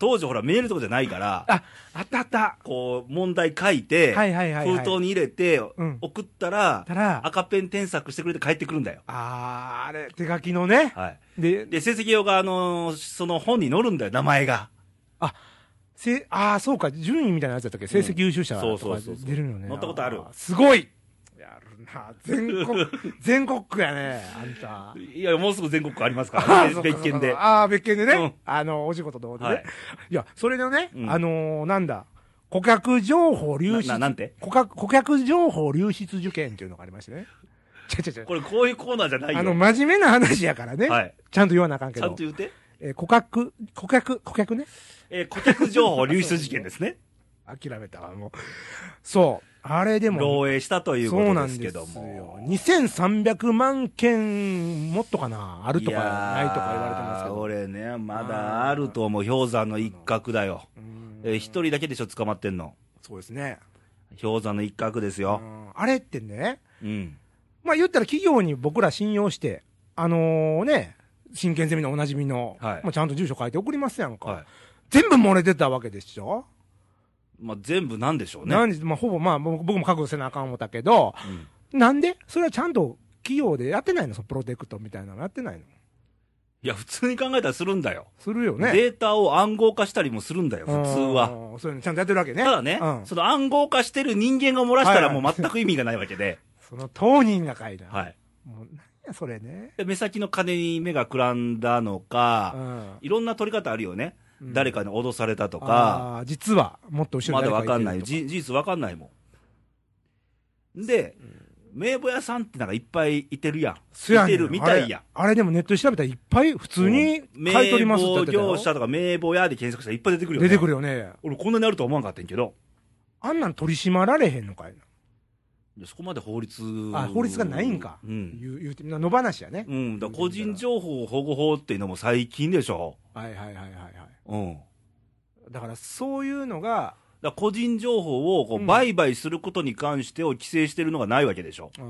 [SPEAKER 1] 当時ほらメールとかじゃないから、
[SPEAKER 2] あ、あったあった。
[SPEAKER 1] こう、問題書いて、
[SPEAKER 2] はいはいはいはい
[SPEAKER 1] 封筒に入れて、
[SPEAKER 2] ん
[SPEAKER 1] 送ったら、
[SPEAKER 2] たら、あ
[SPEAKER 1] 赤ペン添削してくれて帰ってくるんだよ。
[SPEAKER 2] あー、あれ、手書きのね。
[SPEAKER 1] はい。
[SPEAKER 2] で、
[SPEAKER 1] で、成績用が、あのーその本に載るんだよ、名前が。
[SPEAKER 2] せああ、そうか、順位みたいなやつだったっけ、成績優秀者
[SPEAKER 1] そ
[SPEAKER 2] と
[SPEAKER 1] うそ
[SPEAKER 2] か
[SPEAKER 1] うそうそう
[SPEAKER 2] 出るよね。
[SPEAKER 1] 乗ったことある
[SPEAKER 2] ーすごいやるな、全 国、全国区やね、あんた。
[SPEAKER 1] いや、もうすぐ全国区ありますか ら、
[SPEAKER 2] あー
[SPEAKER 1] ね
[SPEAKER 2] そ、っかそ
[SPEAKER 1] 別
[SPEAKER 2] っか
[SPEAKER 1] 件で。
[SPEAKER 2] ああ、別件でね、
[SPEAKER 1] うん
[SPEAKER 2] あの、お仕事同でね、
[SPEAKER 1] はい
[SPEAKER 2] い。や、それでね、
[SPEAKER 1] うん
[SPEAKER 2] あのーなんだ、顧客情報流出
[SPEAKER 1] なななんて
[SPEAKER 2] 顧客、顧客情報流出受験っていうのがありましてね。ちゃ ちゃちゃ。
[SPEAKER 1] これ、こういうコーナーじゃないよ。
[SPEAKER 2] あの、真面目な話やからね、
[SPEAKER 1] はい
[SPEAKER 2] ちゃんと言わなあかんけ
[SPEAKER 1] ちゃん
[SPEAKER 2] ど
[SPEAKER 1] と、言うて。
[SPEAKER 2] えー顧客、顧客、顧客ね。
[SPEAKER 1] えー顧客情報流出事件ですね。
[SPEAKER 2] 諦めたわ、もう。 そう。あれでも。
[SPEAKER 1] 漏洩したというこ
[SPEAKER 2] そうな
[SPEAKER 1] と
[SPEAKER 2] ん
[SPEAKER 1] ですけども。
[SPEAKER 2] ですよ。2300万件もっとかな、あ
[SPEAKER 1] あ
[SPEAKER 2] るとかないとか言われてますけど。
[SPEAKER 1] 俺ね、まだあると思う。氷山の一角だよ。
[SPEAKER 2] うん
[SPEAKER 1] えー一人だけでしょ、捕まってんの。
[SPEAKER 2] そうですね。
[SPEAKER 1] 氷山の一角です
[SPEAKER 2] う
[SPEAKER 1] よ。
[SPEAKER 2] んあれってね、
[SPEAKER 1] うん。
[SPEAKER 2] まあ言ったら企業に僕ら信用して、あのね、真剣ゼミのおなじみの、
[SPEAKER 1] はい
[SPEAKER 2] もうちゃんと住所書いて送りますやんか。
[SPEAKER 1] はい。
[SPEAKER 2] 全部漏れてたわけでしょ、
[SPEAKER 1] まあ、全部なんでしょうね。
[SPEAKER 2] 何時、まあほぼまあ僕僕も覚悟せなあかん思ったけど、
[SPEAKER 1] うん
[SPEAKER 2] なんでそれはちゃんと企業でやってないのそのプロテクトみたいなのやってないの
[SPEAKER 1] いや、普通に考えたらするんだよ。
[SPEAKER 2] するよね。
[SPEAKER 1] データを暗号化したりもするんだよ、普通は。
[SPEAKER 2] うん。そういうのちゃんとやってるわけね。
[SPEAKER 1] ただね、
[SPEAKER 2] うん
[SPEAKER 1] その暗号化してる人間が漏らしたら
[SPEAKER 2] はい
[SPEAKER 1] もう全く意味がないわけ で、
[SPEAKER 2] その当人が書いた。
[SPEAKER 1] はい。
[SPEAKER 2] もうなんやそれね。
[SPEAKER 1] で目先の金に目がくらんだの
[SPEAKER 2] う
[SPEAKER 1] か、
[SPEAKER 2] ん。
[SPEAKER 1] いろんな取り方あるよね。
[SPEAKER 2] うん
[SPEAKER 1] 誰かに脅されたとか、
[SPEAKER 2] あー実は、もっと後ろ
[SPEAKER 1] ま
[SPEAKER 2] に
[SPEAKER 1] だわか
[SPEAKER 2] 誰がい
[SPEAKER 1] ん
[SPEAKER 2] てると
[SPEAKER 1] ない。じ事実わかんないもん。で、名簿屋さんってなんかいっぱいいてるやん。
[SPEAKER 2] そや
[SPEAKER 1] い
[SPEAKER 2] ねん
[SPEAKER 1] てるみたいやん。
[SPEAKER 2] あれあれでもネットで調べたらいっぱい普通に
[SPEAKER 1] 名
[SPEAKER 2] 買い取りますって言
[SPEAKER 1] 簿
[SPEAKER 2] ってたよ
[SPEAKER 1] 業者とか名簿屋で検索したらいっぱい出てくるよね。
[SPEAKER 2] 出てくるよね。
[SPEAKER 1] 俺こんなにあるとは思わんかったんやけど、
[SPEAKER 2] あんなん取り締まられへんのかいな。
[SPEAKER 1] いやそこまで法律。
[SPEAKER 2] あ法律がないんか
[SPEAKER 1] うん。
[SPEAKER 2] 言う、言うて、な野放しやね。
[SPEAKER 1] うん。だから個人情報保護法っていうのも最近でしょ。
[SPEAKER 2] はいはいはいはいはい。
[SPEAKER 1] うん。だか
[SPEAKER 2] だからそういうのが、
[SPEAKER 1] ら個人情報をこ
[SPEAKER 2] う
[SPEAKER 1] うん売買することに関してを規制してるのがないわけでしょ。
[SPEAKER 2] う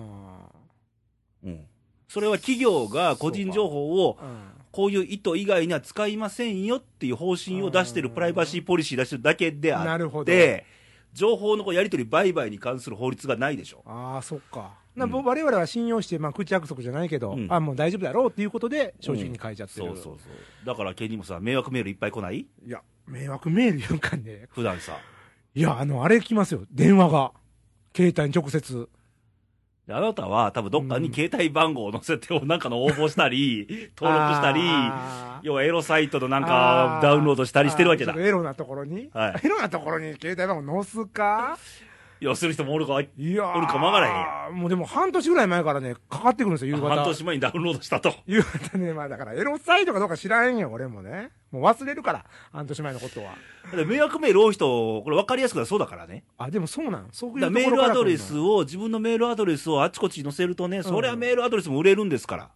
[SPEAKER 2] ん。
[SPEAKER 1] うん。それは企業が個人情報を
[SPEAKER 2] うん
[SPEAKER 1] こういう意図以外には使いませんよっていう方針を出してる
[SPEAKER 2] うん
[SPEAKER 1] プライバシーポリシー出してるだけであ
[SPEAKER 2] なる
[SPEAKER 1] っ
[SPEAKER 2] ほど
[SPEAKER 1] て、情報のこうやり取り売買に関する法律がないでしょ。
[SPEAKER 2] ああ、そっか。な
[SPEAKER 1] うん
[SPEAKER 2] 我々は信用して、まあ、口約束じゃないけど、
[SPEAKER 1] うん
[SPEAKER 2] あもう大丈夫だろうっていうことで、正直に書いちゃってる、
[SPEAKER 1] そうそうそう。だから、ケニーもさ、迷惑メールいっぱい来ない
[SPEAKER 2] いや、迷惑メールいうかね、
[SPEAKER 1] 普段さ。
[SPEAKER 2] いや、あの、あれ来ますよ、電話が、携帯に直接。
[SPEAKER 1] であなたは多分どっかに携帯番号を載せて、なんかの応募した り、登録したり、
[SPEAKER 2] あー
[SPEAKER 1] 要はエロサイトのなん
[SPEAKER 2] あ
[SPEAKER 1] か
[SPEAKER 2] ー
[SPEAKER 1] ダウンロードしたりしてるわけだ
[SPEAKER 2] あーちょっ。とエロなところに、
[SPEAKER 1] は
[SPEAKER 2] エロなところに携帯番号載すか
[SPEAKER 1] 要する人もおるか、
[SPEAKER 2] いやー
[SPEAKER 1] おるかもわからへん
[SPEAKER 2] もうでも半年ぐらい前からね、かかってくるんですよ、夕方。
[SPEAKER 1] 半年前にダウンロードしたと。
[SPEAKER 2] 夕方ね、まあだから、エロサイトかどうか知らんよ、俺もね。もう忘れるから、半年前のことは。
[SPEAKER 1] で迷惑メール多い人、これ分かりやすくはそうだからね。
[SPEAKER 2] あ、でもそうなんそういう
[SPEAKER 1] だから
[SPEAKER 2] と
[SPEAKER 1] メー
[SPEAKER 2] ころ
[SPEAKER 1] ル
[SPEAKER 2] か
[SPEAKER 1] ア
[SPEAKER 2] ら来
[SPEAKER 1] ド
[SPEAKER 2] るの
[SPEAKER 1] レスを、自分のメールアドレスをあちこちに載せるとね、そりゃメールアドレスも売れるんですから。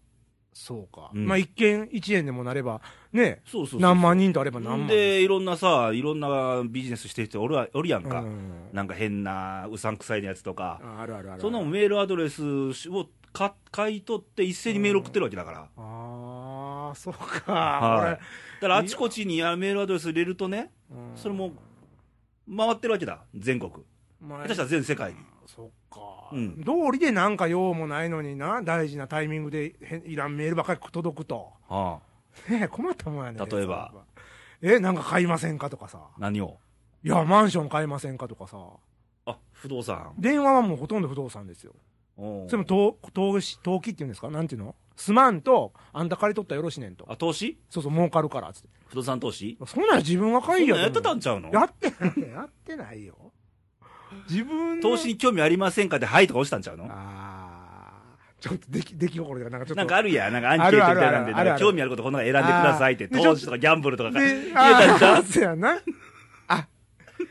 [SPEAKER 2] そうか。
[SPEAKER 1] うん
[SPEAKER 2] まあ、一件一円でもなれば、ね、
[SPEAKER 1] そうそうそう
[SPEAKER 2] 何万人とあれば何万人。
[SPEAKER 1] で、いろんなさ、いろんなビジネスしてる人おるわおるやんか。
[SPEAKER 2] うん
[SPEAKER 1] なんか変な、うさんくさいやつとか。
[SPEAKER 2] ああるあるあるある。
[SPEAKER 1] そのメールアドレスをか買い取って、一斉にメール送ってるわけだから、
[SPEAKER 2] ああ、そうか。
[SPEAKER 1] はい、だから
[SPEAKER 2] い
[SPEAKER 1] あちこちにやメールアドレス入れるとね、
[SPEAKER 2] これうん
[SPEAKER 1] それも回ってるわけだ、全国、
[SPEAKER 2] まあ
[SPEAKER 1] 下手したら全世界に。
[SPEAKER 2] そっか。
[SPEAKER 1] うん
[SPEAKER 2] 道理でなんか用もないのにな、大事なタイミングでへんいらんメールばっかり届くと。
[SPEAKER 1] は
[SPEAKER 2] ねえ困ったもんやね。
[SPEAKER 1] 例えば。
[SPEAKER 2] え、なんか買いませんかとかさ。
[SPEAKER 1] あ、何を
[SPEAKER 2] いや、マンション買いませんかとかさ。
[SPEAKER 1] あ、不動産。
[SPEAKER 2] 電話はもうほとんど不動産ですよ。
[SPEAKER 1] おー
[SPEAKER 2] それも投投資投機っていうんですか、なんていうのすまんと、あんた借り取ったらよろしねんと。
[SPEAKER 1] あ、投資
[SPEAKER 2] そうそう、儲かるからっつって。
[SPEAKER 1] 不動産投資
[SPEAKER 2] そんなん自分が
[SPEAKER 1] そ
[SPEAKER 2] 買
[SPEAKER 1] ん
[SPEAKER 2] い
[SPEAKER 1] な
[SPEAKER 2] や
[SPEAKER 1] んやってたんちゃうの
[SPEAKER 2] やってない、やってないよ。自分の
[SPEAKER 1] 投資に興味ありませんかで、はいとか押したんちゃうの
[SPEAKER 2] ああ、ちょっと出来出来心ではなんかちょっと。
[SPEAKER 1] なんかあるやん、なんかアンケートみたいなんで、
[SPEAKER 2] あるあるある
[SPEAKER 1] なんか興味あることこの中選んでくださいって、
[SPEAKER 2] あーでちょ
[SPEAKER 1] 投資とかギャンブル とか書いて
[SPEAKER 2] で、
[SPEAKER 1] 入れたんちゃ
[SPEAKER 2] あ
[SPEAKER 1] う
[SPEAKER 2] ーそうやな。あ、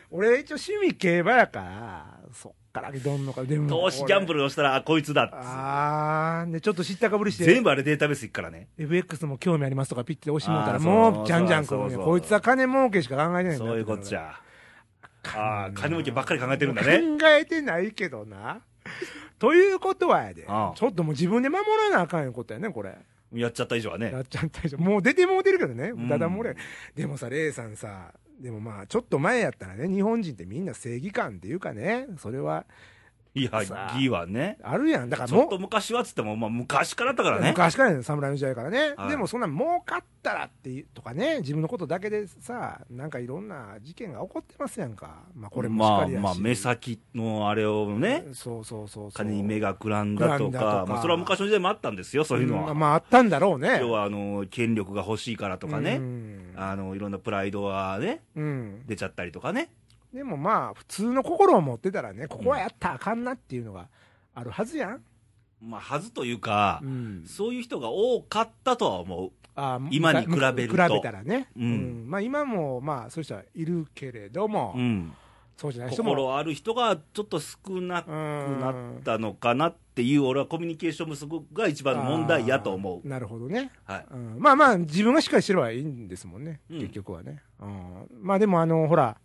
[SPEAKER 2] 俺一応趣味競馬やから、そっからどんのか、でも。
[SPEAKER 1] 投資ギャンブ
[SPEAKER 2] ル。
[SPEAKER 1] ルをしたら、あ、こいつだっつ
[SPEAKER 2] あー、で、ちょっと知ったかぶりし
[SPEAKER 1] って
[SPEAKER 2] て。
[SPEAKER 1] 全部あれデータベースいくからね。
[SPEAKER 2] FX も興味ありますとかピッて押してもうた
[SPEAKER 1] あ
[SPEAKER 2] ら、
[SPEAKER 1] ーそ
[SPEAKER 2] も
[SPEAKER 1] う
[SPEAKER 2] う、じゃんじゃんく
[SPEAKER 1] そうそう
[SPEAKER 2] るね。
[SPEAKER 1] そう
[SPEAKER 2] こいつは金儲けしか考えてないんだ
[SPEAKER 1] そういうこっち
[SPEAKER 2] ゃ。
[SPEAKER 1] ゃ。ああ、金持ちばっかり考えてるんだね。
[SPEAKER 2] 考えてないけどな。ということはやで、ち
[SPEAKER 1] あ
[SPEAKER 2] ょ
[SPEAKER 1] あ
[SPEAKER 2] っともう自分で守らなあかんよことやね、これ。
[SPEAKER 1] やっちゃった以上はね
[SPEAKER 2] や。っちゃったでしょ。もう出てもうてるけどね
[SPEAKER 1] うん。
[SPEAKER 2] だだ漏れ。でもさ、レイさんさ、でもまあ、ちょっと前やったらね、日本人ってみんな正義感っていうかね、それはい
[SPEAKER 1] や、
[SPEAKER 2] さあ
[SPEAKER 1] 義はね。
[SPEAKER 2] あるやん。だから
[SPEAKER 1] ちょ
[SPEAKER 2] も
[SPEAKER 1] っと昔はっつっても、まあ昔からだからね。
[SPEAKER 2] 昔からね、侍の時代からね、
[SPEAKER 1] はい
[SPEAKER 2] でもそんな儲かったらっていうとかね、自分のことだけでさ、なんかいろんな事件が起こってますやんか、まあ、これもしっ
[SPEAKER 1] ま
[SPEAKER 2] か
[SPEAKER 1] あ
[SPEAKER 2] りやし、
[SPEAKER 1] まあ目先のあれをね、
[SPEAKER 2] そうそうそうそう、
[SPEAKER 1] 金に目がくらんだと
[SPEAKER 2] くらんだ
[SPEAKER 1] か
[SPEAKER 2] と、か
[SPEAKER 1] まあそれは昔の時代もあったんですよ、そういうの
[SPEAKER 2] う
[SPEAKER 1] は
[SPEAKER 2] ん。まああったんだろうね、
[SPEAKER 1] 要はあの権力が欲しいからとか
[SPEAKER 2] う
[SPEAKER 1] ね、
[SPEAKER 2] ん
[SPEAKER 1] あのいろんなプライドはね、
[SPEAKER 2] うん
[SPEAKER 1] 出ちゃったりとかね、
[SPEAKER 2] でもまあ、普通の心を持ってたらね、ここはやったらあかんなっていうのがあるはずやん、
[SPEAKER 1] まあ、はずというか
[SPEAKER 2] う、ん
[SPEAKER 1] そういう人が多かったとは思う、
[SPEAKER 2] あ
[SPEAKER 1] 今に比べると
[SPEAKER 2] 比べたらね、
[SPEAKER 1] う
[SPEAKER 2] うんんまあ、今もまあそういう人はいるけれども、
[SPEAKER 1] うん、
[SPEAKER 2] そうじゃない人も。
[SPEAKER 1] 心ある人がちょっと少なく
[SPEAKER 2] うん
[SPEAKER 1] なったのかなっていう、俺はコミュニケーション不足が一番の問題やと思
[SPEAKER 2] あー
[SPEAKER 1] う。
[SPEAKER 2] なるほどね、
[SPEAKER 1] はい
[SPEAKER 2] うんまあまあ自分がしっかりしてればいいんですもんね、
[SPEAKER 1] うん
[SPEAKER 2] 結局はね、うんまあでもあのほら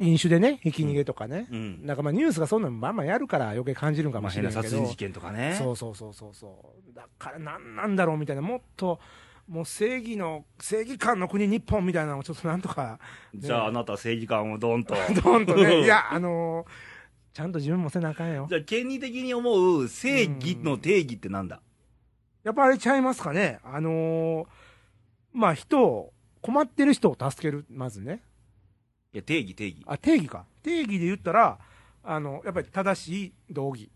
[SPEAKER 2] 飲酒でねひき逃げとかね、
[SPEAKER 1] うん
[SPEAKER 2] なんかまあニュースがそんなんまあまあやるから余計感じるんか
[SPEAKER 1] ま
[SPEAKER 2] も
[SPEAKER 1] あ、
[SPEAKER 2] しれ
[SPEAKER 1] 変な
[SPEAKER 2] な
[SPEAKER 1] い
[SPEAKER 2] けど、
[SPEAKER 1] 殺人事件とかね。
[SPEAKER 2] そうそうそうそうそうだからなんなんだろうみたいなもっともう正義の正義感の国日本みたいなのをちょっとなんと か
[SPEAKER 1] じゃあ、あなたは正義感を ドンと。
[SPEAKER 2] どんとねいやあのーちゃんと自分もせなあかんよ
[SPEAKER 1] じゃあ、権利的に思う正義の定義ってなんだ
[SPEAKER 2] やっぱあれちゃいますかね、あのーまあ人を、困ってる人を助ける、まずね、
[SPEAKER 1] いや、定義、定義。
[SPEAKER 2] あ定義か、定義で言ったら、あのやっぱり正しい道義、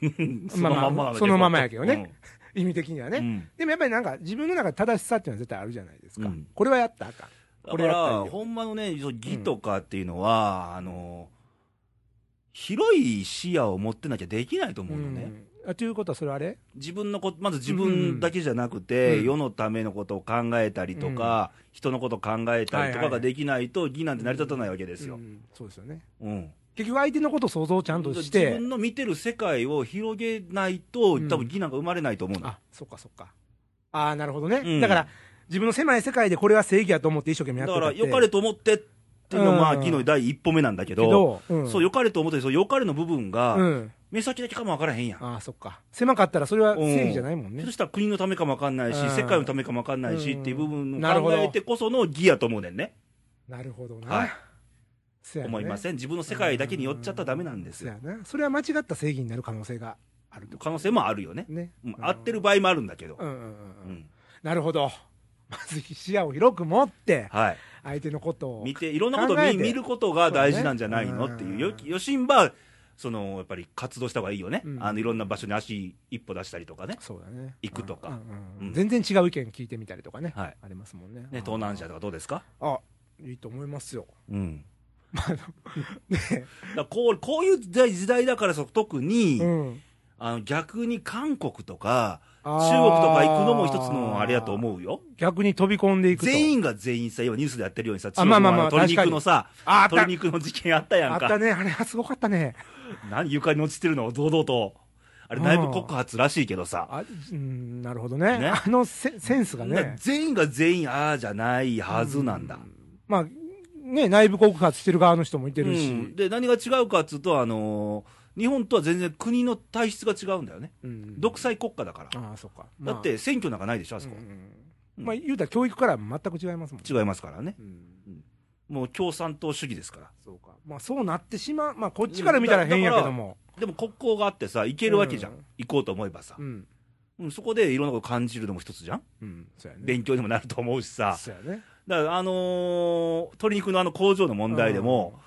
[SPEAKER 1] そのまんまだけど
[SPEAKER 2] そのまんまやけどね。意味的にはね、
[SPEAKER 1] うんうん
[SPEAKER 2] でもやっぱりなんか、自分の中で正しさっていうのは絶対あるじゃないですか、
[SPEAKER 1] うん
[SPEAKER 2] これはやったらあかん、
[SPEAKER 1] だ
[SPEAKER 2] こ
[SPEAKER 1] か
[SPEAKER 2] れやった
[SPEAKER 1] ら、
[SPEAKER 2] らいいよ
[SPEAKER 1] ほんまのね、そう義とかっていうのは、あの、広い視野を持ってなきゃできないと思うのね。
[SPEAKER 2] うんあということは、それはあれ、
[SPEAKER 1] 自分のこと、まず自分だけじゃなくて、
[SPEAKER 2] うん
[SPEAKER 1] 世のためのことを考えたりとか、人のことを考えたりとかができないと、義なんて成り立たないわけですよ
[SPEAKER 2] う。んそうですよね、
[SPEAKER 1] うん。
[SPEAKER 2] 結局、相手のことを想像をちゃんとし
[SPEAKER 1] 自
[SPEAKER 2] て、
[SPEAKER 1] 分の見てる世界を広げないと、多
[SPEAKER 2] うん
[SPEAKER 1] 分義なんか生まれないと思うの。
[SPEAKER 2] あそっかそっか、ああ、なるほどね、
[SPEAKER 1] うん
[SPEAKER 2] だから、自分の狭い世界でこれは正義やと思って一生懸命や
[SPEAKER 1] だ
[SPEAKER 2] って
[SPEAKER 1] か
[SPEAKER 2] た
[SPEAKER 1] ら、
[SPEAKER 2] って
[SPEAKER 1] 良かれと思ってっていうのは、まあ、
[SPEAKER 2] うん
[SPEAKER 1] 義の第一歩目なんだけど、
[SPEAKER 2] けどうん
[SPEAKER 1] そう、良かれと思って、そう、良かれの部分が、
[SPEAKER 2] うん、
[SPEAKER 1] 目先だけかもわからへんやん。
[SPEAKER 2] ああ、そっか。狭かったらそれは
[SPEAKER 1] うん
[SPEAKER 2] 正義じゃないもんね
[SPEAKER 1] そ。したら国のためかもわかんないし、
[SPEAKER 2] うん
[SPEAKER 1] 世界のためかもわかんないし、
[SPEAKER 2] うん
[SPEAKER 1] っていう部分
[SPEAKER 2] なる
[SPEAKER 1] を
[SPEAKER 2] ほ
[SPEAKER 1] 考
[SPEAKER 2] ど
[SPEAKER 1] えてこその義やと思うねんね。
[SPEAKER 2] なるほどな。
[SPEAKER 1] はい
[SPEAKER 2] せやね
[SPEAKER 1] 思いません。自分の世界だけに寄っちゃったらダメなんです
[SPEAKER 2] せ
[SPEAKER 1] よ。
[SPEAKER 2] やな。それは間違った正義になる可能性があると。
[SPEAKER 1] 可能性もあるよね。
[SPEAKER 2] ね。
[SPEAKER 1] うん、
[SPEAKER 2] うん
[SPEAKER 1] 合ってる場合もあるんだけど。
[SPEAKER 2] うんうんう
[SPEAKER 1] う
[SPEAKER 2] んうん。
[SPEAKER 1] ん。
[SPEAKER 2] なるほど。まず視野を広く持って、
[SPEAKER 1] はい。
[SPEAKER 2] 相手のことを。
[SPEAKER 1] 見て、いろんなことを見
[SPEAKER 2] 考えて
[SPEAKER 1] 見ることが大事なんじゃないの、
[SPEAKER 2] そうね
[SPEAKER 1] っていうう。
[SPEAKER 2] ん
[SPEAKER 1] よき、よしんば、その、やっぱり活動した方がいいよね。
[SPEAKER 2] うん
[SPEAKER 1] あの、いろんな場所に足一歩出したりとかね。
[SPEAKER 2] そうだね。
[SPEAKER 1] 行くとか
[SPEAKER 2] うんうんうん
[SPEAKER 1] うん
[SPEAKER 2] 全然違う意見聞いてみたりとかね。
[SPEAKER 1] はい
[SPEAKER 2] ありますもんね。
[SPEAKER 1] ね、盗難者とかどうですか
[SPEAKER 2] あ、いいと思いま すよ。
[SPEAKER 1] うん。
[SPEAKER 2] まああのね。
[SPEAKER 1] だからこう、こういう時代時代だからそ、特に、
[SPEAKER 2] うん
[SPEAKER 1] あの、逆に韓国とか、
[SPEAKER 2] 中
[SPEAKER 1] 中国とか行くのも一つのあれやと思うよ。
[SPEAKER 2] 逆に飛び込んでいくと。
[SPEAKER 1] 全員が全員さ、今ニュースでやってるようにさ、中
[SPEAKER 2] あ
[SPEAKER 1] 国
[SPEAKER 2] まあまあ
[SPEAKER 1] の
[SPEAKER 2] まあ
[SPEAKER 1] 鶏肉のさ、
[SPEAKER 2] ああった
[SPEAKER 1] 鶏肉の事件あったや
[SPEAKER 2] あ
[SPEAKER 1] ん
[SPEAKER 2] っ
[SPEAKER 1] か。
[SPEAKER 2] たね。あれはすごかったね。
[SPEAKER 1] 何床に落ちてるのを堂々と。あれ内部告発らしいけどさ。
[SPEAKER 2] あうんなるほどね
[SPEAKER 1] ね
[SPEAKER 2] あのセセンスが
[SPEAKER 1] な
[SPEAKER 2] ね、
[SPEAKER 1] 全員が全員ああじゃないはずなんだ。
[SPEAKER 2] まあ、ね内部告発してる側の人もいてるし、う
[SPEAKER 1] うん
[SPEAKER 2] ん
[SPEAKER 1] で、何が違うかっつうと、あのー日本とは全然国の体質が違うんだよね。独裁国家だから。
[SPEAKER 2] ああ、そっか、
[SPEAKER 1] だって選挙なんかないでしょ、あ
[SPEAKER 2] ま
[SPEAKER 1] そ
[SPEAKER 2] あ
[SPEAKER 1] こ
[SPEAKER 2] うん。うんまあ、言うたら教育からは全く違いますもんね、
[SPEAKER 1] 違いますからね。
[SPEAKER 2] うん
[SPEAKER 1] もう共産党主義ですから。
[SPEAKER 2] そうかまあ、そうなってしまう、まあ、こっちから見たら変やけども、
[SPEAKER 1] でも国交があってさ、行けるわけじゃん。
[SPEAKER 2] うん
[SPEAKER 1] 行こうと思えばさ
[SPEAKER 2] う。ん、
[SPEAKER 1] うん、そこでいろんなこと感じるのも一つじゃん。
[SPEAKER 2] うん、そうやね、
[SPEAKER 1] 勉強にもなると思うしさ。
[SPEAKER 2] そうやね、
[SPEAKER 1] だから、あのー鶏肉のあの工場の問題でも、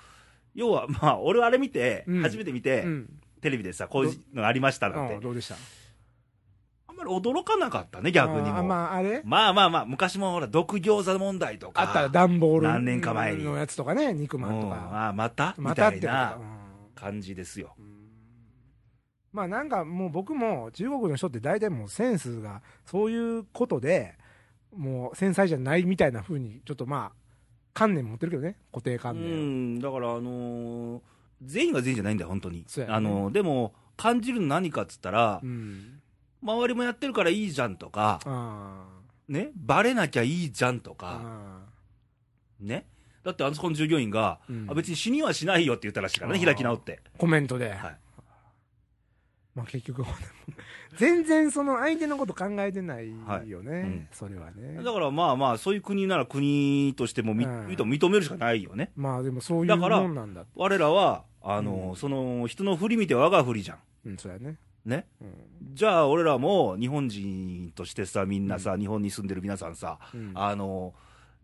[SPEAKER 1] 要は、まあ、俺はあれ見て、
[SPEAKER 2] うん
[SPEAKER 1] 初めて見て、
[SPEAKER 2] うん
[SPEAKER 1] テレビでさ、こういうのがありましたなん
[SPEAKER 2] あ
[SPEAKER 1] て。
[SPEAKER 2] どうでした
[SPEAKER 1] あんまり驚かなかったね、逆にも。
[SPEAKER 2] あー
[SPEAKER 1] まあ、
[SPEAKER 2] まああれ
[SPEAKER 1] まあまあ昔もほら、毒餃子問題とか。
[SPEAKER 2] あったら段ボール
[SPEAKER 1] 何年か前に
[SPEAKER 2] のやつとかね肉まんと
[SPEAKER 1] うん
[SPEAKER 2] か、
[SPEAKER 1] ああ、また
[SPEAKER 2] またっ
[SPEAKER 1] み
[SPEAKER 2] て
[SPEAKER 1] たい
[SPEAKER 2] なった
[SPEAKER 1] な
[SPEAKER 2] うん
[SPEAKER 1] 感じですよ。
[SPEAKER 2] まあなんかもう僕も中国の人って大体もうセンスがそういうことでもう繊細じゃないみたいな風にちょっとまあ観念持ってるけどね固定
[SPEAKER 1] う
[SPEAKER 2] 観念を
[SPEAKER 1] ん、だからあのー全員が全員じゃないんだよ、本当に。
[SPEAKER 2] そうやね
[SPEAKER 1] あのーでも、感じるの何かっつったら、
[SPEAKER 2] うん
[SPEAKER 1] 周りもやってるからいいじゃんとか、
[SPEAKER 2] あ
[SPEAKER 1] ね、バレなきゃいいじゃんと
[SPEAKER 2] ー
[SPEAKER 1] か、
[SPEAKER 2] あ
[SPEAKER 1] ね。だってあそこの従業員が、
[SPEAKER 2] ーうん
[SPEAKER 1] あ別に死にはしないよって言ったらしいからね、
[SPEAKER 2] あー
[SPEAKER 1] 開き直って。
[SPEAKER 2] コメントで、
[SPEAKER 1] はい
[SPEAKER 2] まあ結局 全然その相手のこと考えてないよね、
[SPEAKER 1] いうん
[SPEAKER 2] それはね
[SPEAKER 1] だからまあまあ、そういう国なら国としてもみ
[SPEAKER 2] うん
[SPEAKER 1] 認めるしかないよね。
[SPEAKER 2] まあでもそういう
[SPEAKER 1] だから
[SPEAKER 2] もんなんだ
[SPEAKER 1] 我らは、あのー
[SPEAKER 2] うん
[SPEAKER 1] その人の振り見て我が振りじゃん。
[SPEAKER 2] うんそうやね
[SPEAKER 1] ね。
[SPEAKER 2] うん
[SPEAKER 1] じゃあ俺らも日本人としてさ、みんなさ、日本に住んでる皆さんさ、
[SPEAKER 2] うん
[SPEAKER 1] あの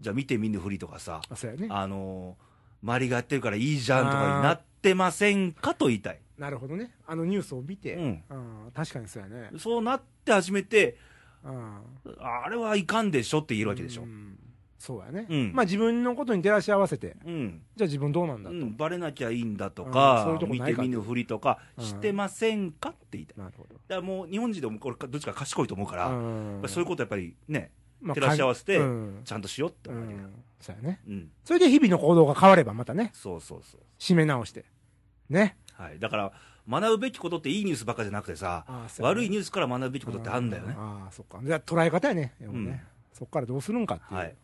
[SPEAKER 1] ーじゃあ見て見ぬふりとかさ、
[SPEAKER 2] あそうやね
[SPEAKER 1] あのー周りがやってるからいいじゃんとかになってませんかと言いたい。
[SPEAKER 2] なるほどねあのニュースを見て、
[SPEAKER 1] うん
[SPEAKER 2] あー確かにそうやね
[SPEAKER 1] そうなって初めて、
[SPEAKER 2] あー
[SPEAKER 1] あれはいかんでしょって言えるわけでしょ
[SPEAKER 2] う。んそうやね、
[SPEAKER 1] うん
[SPEAKER 2] まあ自分のことに照らし合わせて
[SPEAKER 1] うん。
[SPEAKER 2] じゃあ自分どうなん
[SPEAKER 1] う
[SPEAKER 2] だと、
[SPEAKER 1] ん、バレなきゃいいんだとか、
[SPEAKER 2] うんそういうとこ
[SPEAKER 1] 見
[SPEAKER 2] ない
[SPEAKER 1] て
[SPEAKER 2] か
[SPEAKER 1] 見ぬふりとか
[SPEAKER 2] うん
[SPEAKER 1] してませんかって言いたい。
[SPEAKER 2] なるほど
[SPEAKER 1] だからもう日本人でもこれどっちか賢いと思うから、やっ
[SPEAKER 2] うん
[SPEAKER 1] ぱりそういうことやっぱりね、
[SPEAKER 2] まあ
[SPEAKER 1] 照らし合わせて
[SPEAKER 2] うん
[SPEAKER 1] ちゃんとしようって
[SPEAKER 2] う
[SPEAKER 1] 思うわけだよ
[SPEAKER 2] んそうやね
[SPEAKER 1] うん、
[SPEAKER 2] それで日々の行動が変わればまたね
[SPEAKER 1] そうそうそう。
[SPEAKER 2] 締め直してね
[SPEAKER 1] はい。だから、学ぶべきことっていいニュースばっかじゃなくてさ、
[SPEAKER 2] あーそうやね
[SPEAKER 1] 悪いニュースから学ぶべきことってあるんだよね。
[SPEAKER 2] ああそっかじゃあ捉え方やね,、
[SPEAKER 1] ん
[SPEAKER 2] ねそっからどうするんかっていう、
[SPEAKER 1] はい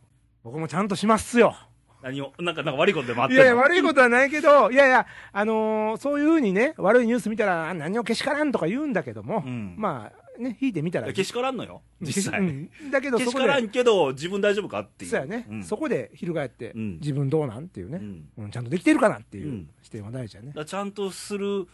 [SPEAKER 2] 僕もちゃんとしますよ
[SPEAKER 1] 何を、なんか、なんか悪いことでもあっ
[SPEAKER 2] い
[SPEAKER 1] て
[SPEAKER 2] やいや、悪いことはないけど、いやいや、あのーそういうふうにね、悪いニュース見たら、あ何をけしからんとか言うんだけども、
[SPEAKER 1] うん
[SPEAKER 2] まあ、ね、引いてみたら、
[SPEAKER 1] けしからんのよ、実
[SPEAKER 2] う
[SPEAKER 1] 際。
[SPEAKER 2] んだけど、
[SPEAKER 1] け
[SPEAKER 2] そ
[SPEAKER 1] し
[SPEAKER 2] こ
[SPEAKER 1] から
[SPEAKER 2] で、
[SPEAKER 1] んけど、自分大丈夫かっていう。
[SPEAKER 2] そうやね、
[SPEAKER 1] ん
[SPEAKER 2] そこで翻って、
[SPEAKER 1] うん
[SPEAKER 2] 自分どうなんっていうね、
[SPEAKER 1] うん
[SPEAKER 2] うんちゃんとできてるかなっていううん視点は大事やね
[SPEAKER 1] だ。からちゃんとする、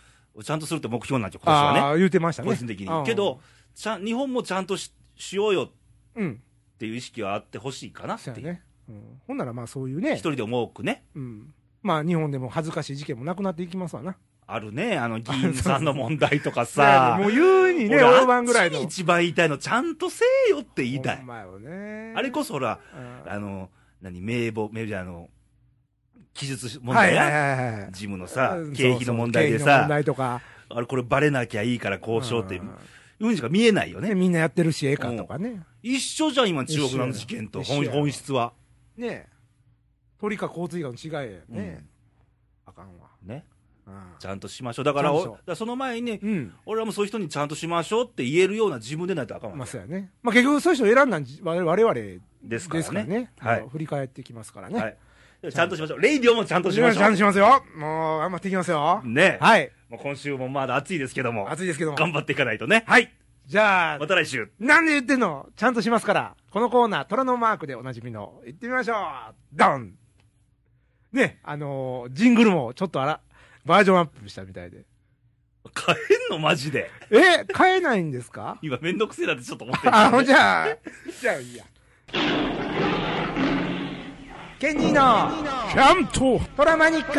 [SPEAKER 1] ちゃんとするって目標なんて今年はね。
[SPEAKER 2] ああ、言うてましたね。
[SPEAKER 1] 個人的
[SPEAKER 2] うん
[SPEAKER 1] に。けど、、ちゃん日本もちゃんとししようよ
[SPEAKER 2] うん、
[SPEAKER 1] っていう意識はあってほしいかなって
[SPEAKER 2] そ
[SPEAKER 1] いうう、
[SPEAKER 2] やね。うんほんなら、まあそういう
[SPEAKER 1] 一
[SPEAKER 2] ね、
[SPEAKER 1] 人でも多くね、
[SPEAKER 2] うん、まあ日本でも恥ずかしい事件もなくなっていきますわな。
[SPEAKER 1] あるね、 あの議員さんの問題とか
[SPEAKER 2] そう
[SPEAKER 1] さ、
[SPEAKER 2] やねもう言うにね、
[SPEAKER 1] 俺
[SPEAKER 2] 大盤ぐらい
[SPEAKER 1] あ
[SPEAKER 2] の
[SPEAKER 1] っちに。一番言いたいの、ちゃんとせえよって言いた
[SPEAKER 2] ほ
[SPEAKER 1] い
[SPEAKER 2] ん。まよね。
[SPEAKER 1] あれこそほら、
[SPEAKER 2] うん
[SPEAKER 1] あの、何、名簿、名簿じゃないあの、記述問
[SPEAKER 2] はい
[SPEAKER 1] 題
[SPEAKER 2] はい
[SPEAKER 1] や、
[SPEAKER 2] はいはい。
[SPEAKER 1] ジムのさ
[SPEAKER 2] うん、
[SPEAKER 1] 経費の問題で
[SPEAKER 2] そうそう経費の
[SPEAKER 1] さ、
[SPEAKER 2] 問題とか。
[SPEAKER 1] あれこれバレなきゃいいから交渉って、
[SPEAKER 2] うん
[SPEAKER 1] うんしか見えないよね
[SPEAKER 2] ね、。みんなやってるし、ええかとかね。
[SPEAKER 1] 一緒じゃん、今、中国のあの事件と、
[SPEAKER 2] 一緒
[SPEAKER 1] 本
[SPEAKER 2] や
[SPEAKER 1] 本質は。
[SPEAKER 2] ねえ。鳥か交通違反の違いやね。あかんわ。
[SPEAKER 1] ね。
[SPEAKER 2] うん
[SPEAKER 1] ちゃんとしましょう。だから、
[SPEAKER 2] ちゃん
[SPEAKER 1] お
[SPEAKER 2] としよう
[SPEAKER 1] だからその前にね、
[SPEAKER 2] うん。
[SPEAKER 1] 俺らもそういう人にちゃんとしましょうって言えるような自分でないとあかんわけ
[SPEAKER 2] まあ、そうやね。まあ、結局、そういう人選んだんじ我々我々で
[SPEAKER 1] です
[SPEAKER 2] す
[SPEAKER 1] からね。
[SPEAKER 2] からね。
[SPEAKER 1] はい
[SPEAKER 2] もう振り返ってきますからね。
[SPEAKER 1] はい。ちゃんとしましょう。レイディオもちゃんとしまし
[SPEAKER 2] ちゃ
[SPEAKER 1] ょ
[SPEAKER 2] んとしますよ。もう、頑張っていきますよ
[SPEAKER 1] う。。ね。
[SPEAKER 2] はい。
[SPEAKER 1] もう今週もまだ暑いですけども、
[SPEAKER 2] 暑いですけども。
[SPEAKER 1] 頑張っていかないとね。
[SPEAKER 2] はい。じゃあ
[SPEAKER 1] ま、た来週。
[SPEAKER 2] なんで言ってんのちゃんとしますから。このコーナー、虎のマークでおなじみの、行ってみましょうドンね、あのージングルもちょっとあら、バージョンアップしたみたいで。
[SPEAKER 1] 変えんのマジで。
[SPEAKER 2] え変えないんです か
[SPEAKER 1] 今めんどくせえなってちょっと思ってる。
[SPEAKER 2] あ、ほんじゃあ、じゃあいいや。ケニーの、キャントトラマニック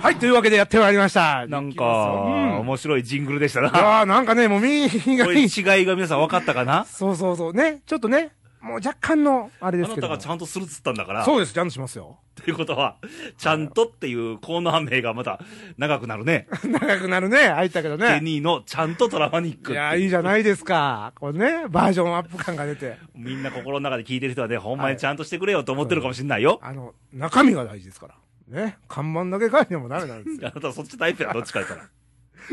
[SPEAKER 2] はい、というわけでやってまいりました。
[SPEAKER 1] なんか、
[SPEAKER 2] うん
[SPEAKER 1] 面白いジングルでしたな。
[SPEAKER 2] ああ、なんかね、もう耳
[SPEAKER 1] こ
[SPEAKER 2] が
[SPEAKER 1] れ違
[SPEAKER 2] いい
[SPEAKER 1] いが皆さん分かったかな
[SPEAKER 2] そうそうそう。ね、ちょっとね、もう若干の、あれで
[SPEAKER 1] あ
[SPEAKER 2] す
[SPEAKER 1] な
[SPEAKER 2] けど
[SPEAKER 1] た
[SPEAKER 2] も。
[SPEAKER 1] がちゃんとするっつったんだから。
[SPEAKER 2] そうです、ちゃんとしますよ。
[SPEAKER 1] ということは、ちゃんとっていうコーナー名がまた長くなるね。
[SPEAKER 2] 長くなるね、入ったけど
[SPEAKER 1] ケ
[SPEAKER 2] ね。
[SPEAKER 1] ニーのちゃんとトラマニッ
[SPEAKER 2] い
[SPEAKER 1] ク。
[SPEAKER 2] や、いいじゃないですか。これね、バージョンアップ感が出て。
[SPEAKER 1] みんな心の中で聞いてる人はね、ほんまにちゃんとしてくれよと思ってるかもしんないよ。
[SPEAKER 2] あの、中身が大事ですから。ね、看板だけ書いてもダメな んです
[SPEAKER 1] あなたそっちタイ プや、どっちかやったら。
[SPEAKER 2] よ。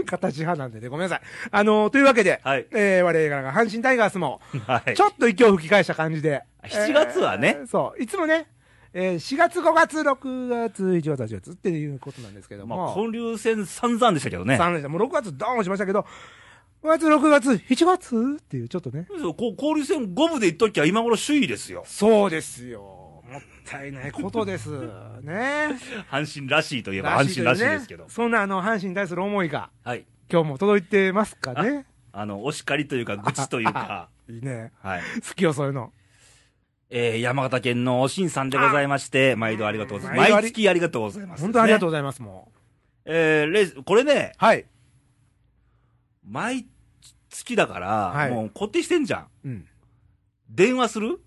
[SPEAKER 2] 形派なんでね、ごめんなさい。あの、というわけで、
[SPEAKER 1] はい
[SPEAKER 2] えー、我々が阪神タイガースも、
[SPEAKER 1] はい
[SPEAKER 2] ち。ょっと息を吹き返した感じで。
[SPEAKER 1] 7月はね
[SPEAKER 2] えーそう、いつもね、えー、4月、5月、6月、1月、8月っていうことなんですけども。
[SPEAKER 1] まあ、交流戦散々でしたけ どね。
[SPEAKER 2] 三連戦もう6月ドーンしましたけど、5月、6月、7月っていう、ちょっとね。
[SPEAKER 1] そうこう交流戦五分でいっときゃ今頃首位ですよ。
[SPEAKER 2] そうですよ。もったいないことです。ね。
[SPEAKER 1] 阪神らしいといえば阪神らしい
[SPEAKER 2] とうね
[SPEAKER 1] ですけど。
[SPEAKER 2] そんな、あの、阪神に対する思いが、
[SPEAKER 1] はい。
[SPEAKER 2] 今日も届いてますかね。
[SPEAKER 1] あの、お叱りというか、愚痴というか、
[SPEAKER 2] いいね。
[SPEAKER 1] はい。
[SPEAKER 2] 好きよ、そういうの。
[SPEAKER 1] えー山形県のおしんさんでございまして、毎度ありがとうございます。
[SPEAKER 2] 毎度あり
[SPEAKER 1] 毎月ありがとうございます、
[SPEAKER 2] 本当にありがと
[SPEAKER 1] う。
[SPEAKER 2] うございます、もう。
[SPEAKER 1] えーレこれね、
[SPEAKER 2] はい。
[SPEAKER 1] 毎月だから、
[SPEAKER 2] はい
[SPEAKER 1] もう固定してんじゃん。
[SPEAKER 2] うん。
[SPEAKER 1] 電話する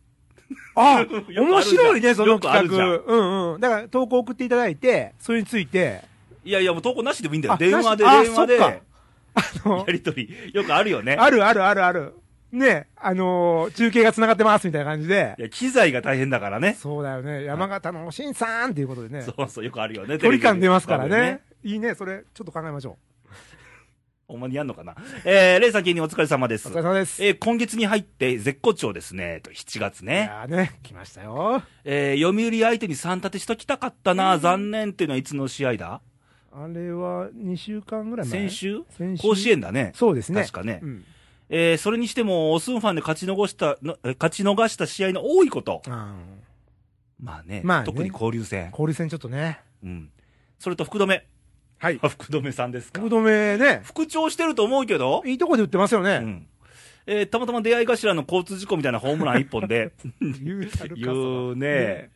[SPEAKER 2] あ
[SPEAKER 1] よくあるじゃん
[SPEAKER 2] 面白いね、その企画。
[SPEAKER 1] よ
[SPEAKER 2] うんうん。だから、投稿送っていただいて、それについて、
[SPEAKER 1] いやいや、もう投稿なしでもいいんだよ。
[SPEAKER 2] あ
[SPEAKER 1] 電話で、
[SPEAKER 2] なしあ
[SPEAKER 1] 電話で、
[SPEAKER 2] そっか
[SPEAKER 1] や
[SPEAKER 2] あ の、
[SPEAKER 1] りとり、 よくあるよね。
[SPEAKER 2] あるあるあるある。ね、あのー中継が繋がってますみたいな感じで
[SPEAKER 1] い。や、機材が大変だからね。
[SPEAKER 2] そうだよね。山形のおしんさんっていうことでね。
[SPEAKER 1] そうそう、よくあるよね。
[SPEAKER 2] 距離感出ますから
[SPEAKER 1] テレビで
[SPEAKER 2] ね。。いいね、それ、ちょっと考えましょ
[SPEAKER 1] ほんまにやんのかな。えー、レイさん、芸人お疲れ様です
[SPEAKER 2] う。お疲。れ様です。
[SPEAKER 1] えー、今月に入って絶好調ですね。と、7月
[SPEAKER 2] い
[SPEAKER 1] ね。
[SPEAKER 2] やーね、来ましたよ。
[SPEAKER 1] えー、読売相手に3立てしときたかったな、残念っていうのはいつの試合だ
[SPEAKER 2] あれは2週間ぐらい前
[SPEAKER 1] 先週
[SPEAKER 2] 先週
[SPEAKER 1] 甲子園だね。
[SPEAKER 2] そうですね。
[SPEAKER 1] 確かね。
[SPEAKER 2] うん。
[SPEAKER 1] えー、それにしても、オスンファンで勝ち逃したの、え勝ち逃した試合の多いこと。
[SPEAKER 2] あ
[SPEAKER 1] まあね。
[SPEAKER 2] まあね
[SPEAKER 1] 特に交流
[SPEAKER 2] ー
[SPEAKER 1] 戦。
[SPEAKER 2] 交流戦ちょっとね。
[SPEAKER 1] うん。それと福留。
[SPEAKER 2] はい。
[SPEAKER 1] あ、福留さんですか
[SPEAKER 2] 福。留ね、
[SPEAKER 1] 復調してると思うけど、
[SPEAKER 2] いいとこで売ってますよ
[SPEAKER 1] う
[SPEAKER 2] ね。
[SPEAKER 1] ん。えーたまたま出会い頭の交通事故みたいなホームラン一本 で、
[SPEAKER 2] 言うたるか
[SPEAKER 1] 言
[SPEAKER 2] そう
[SPEAKER 1] ね、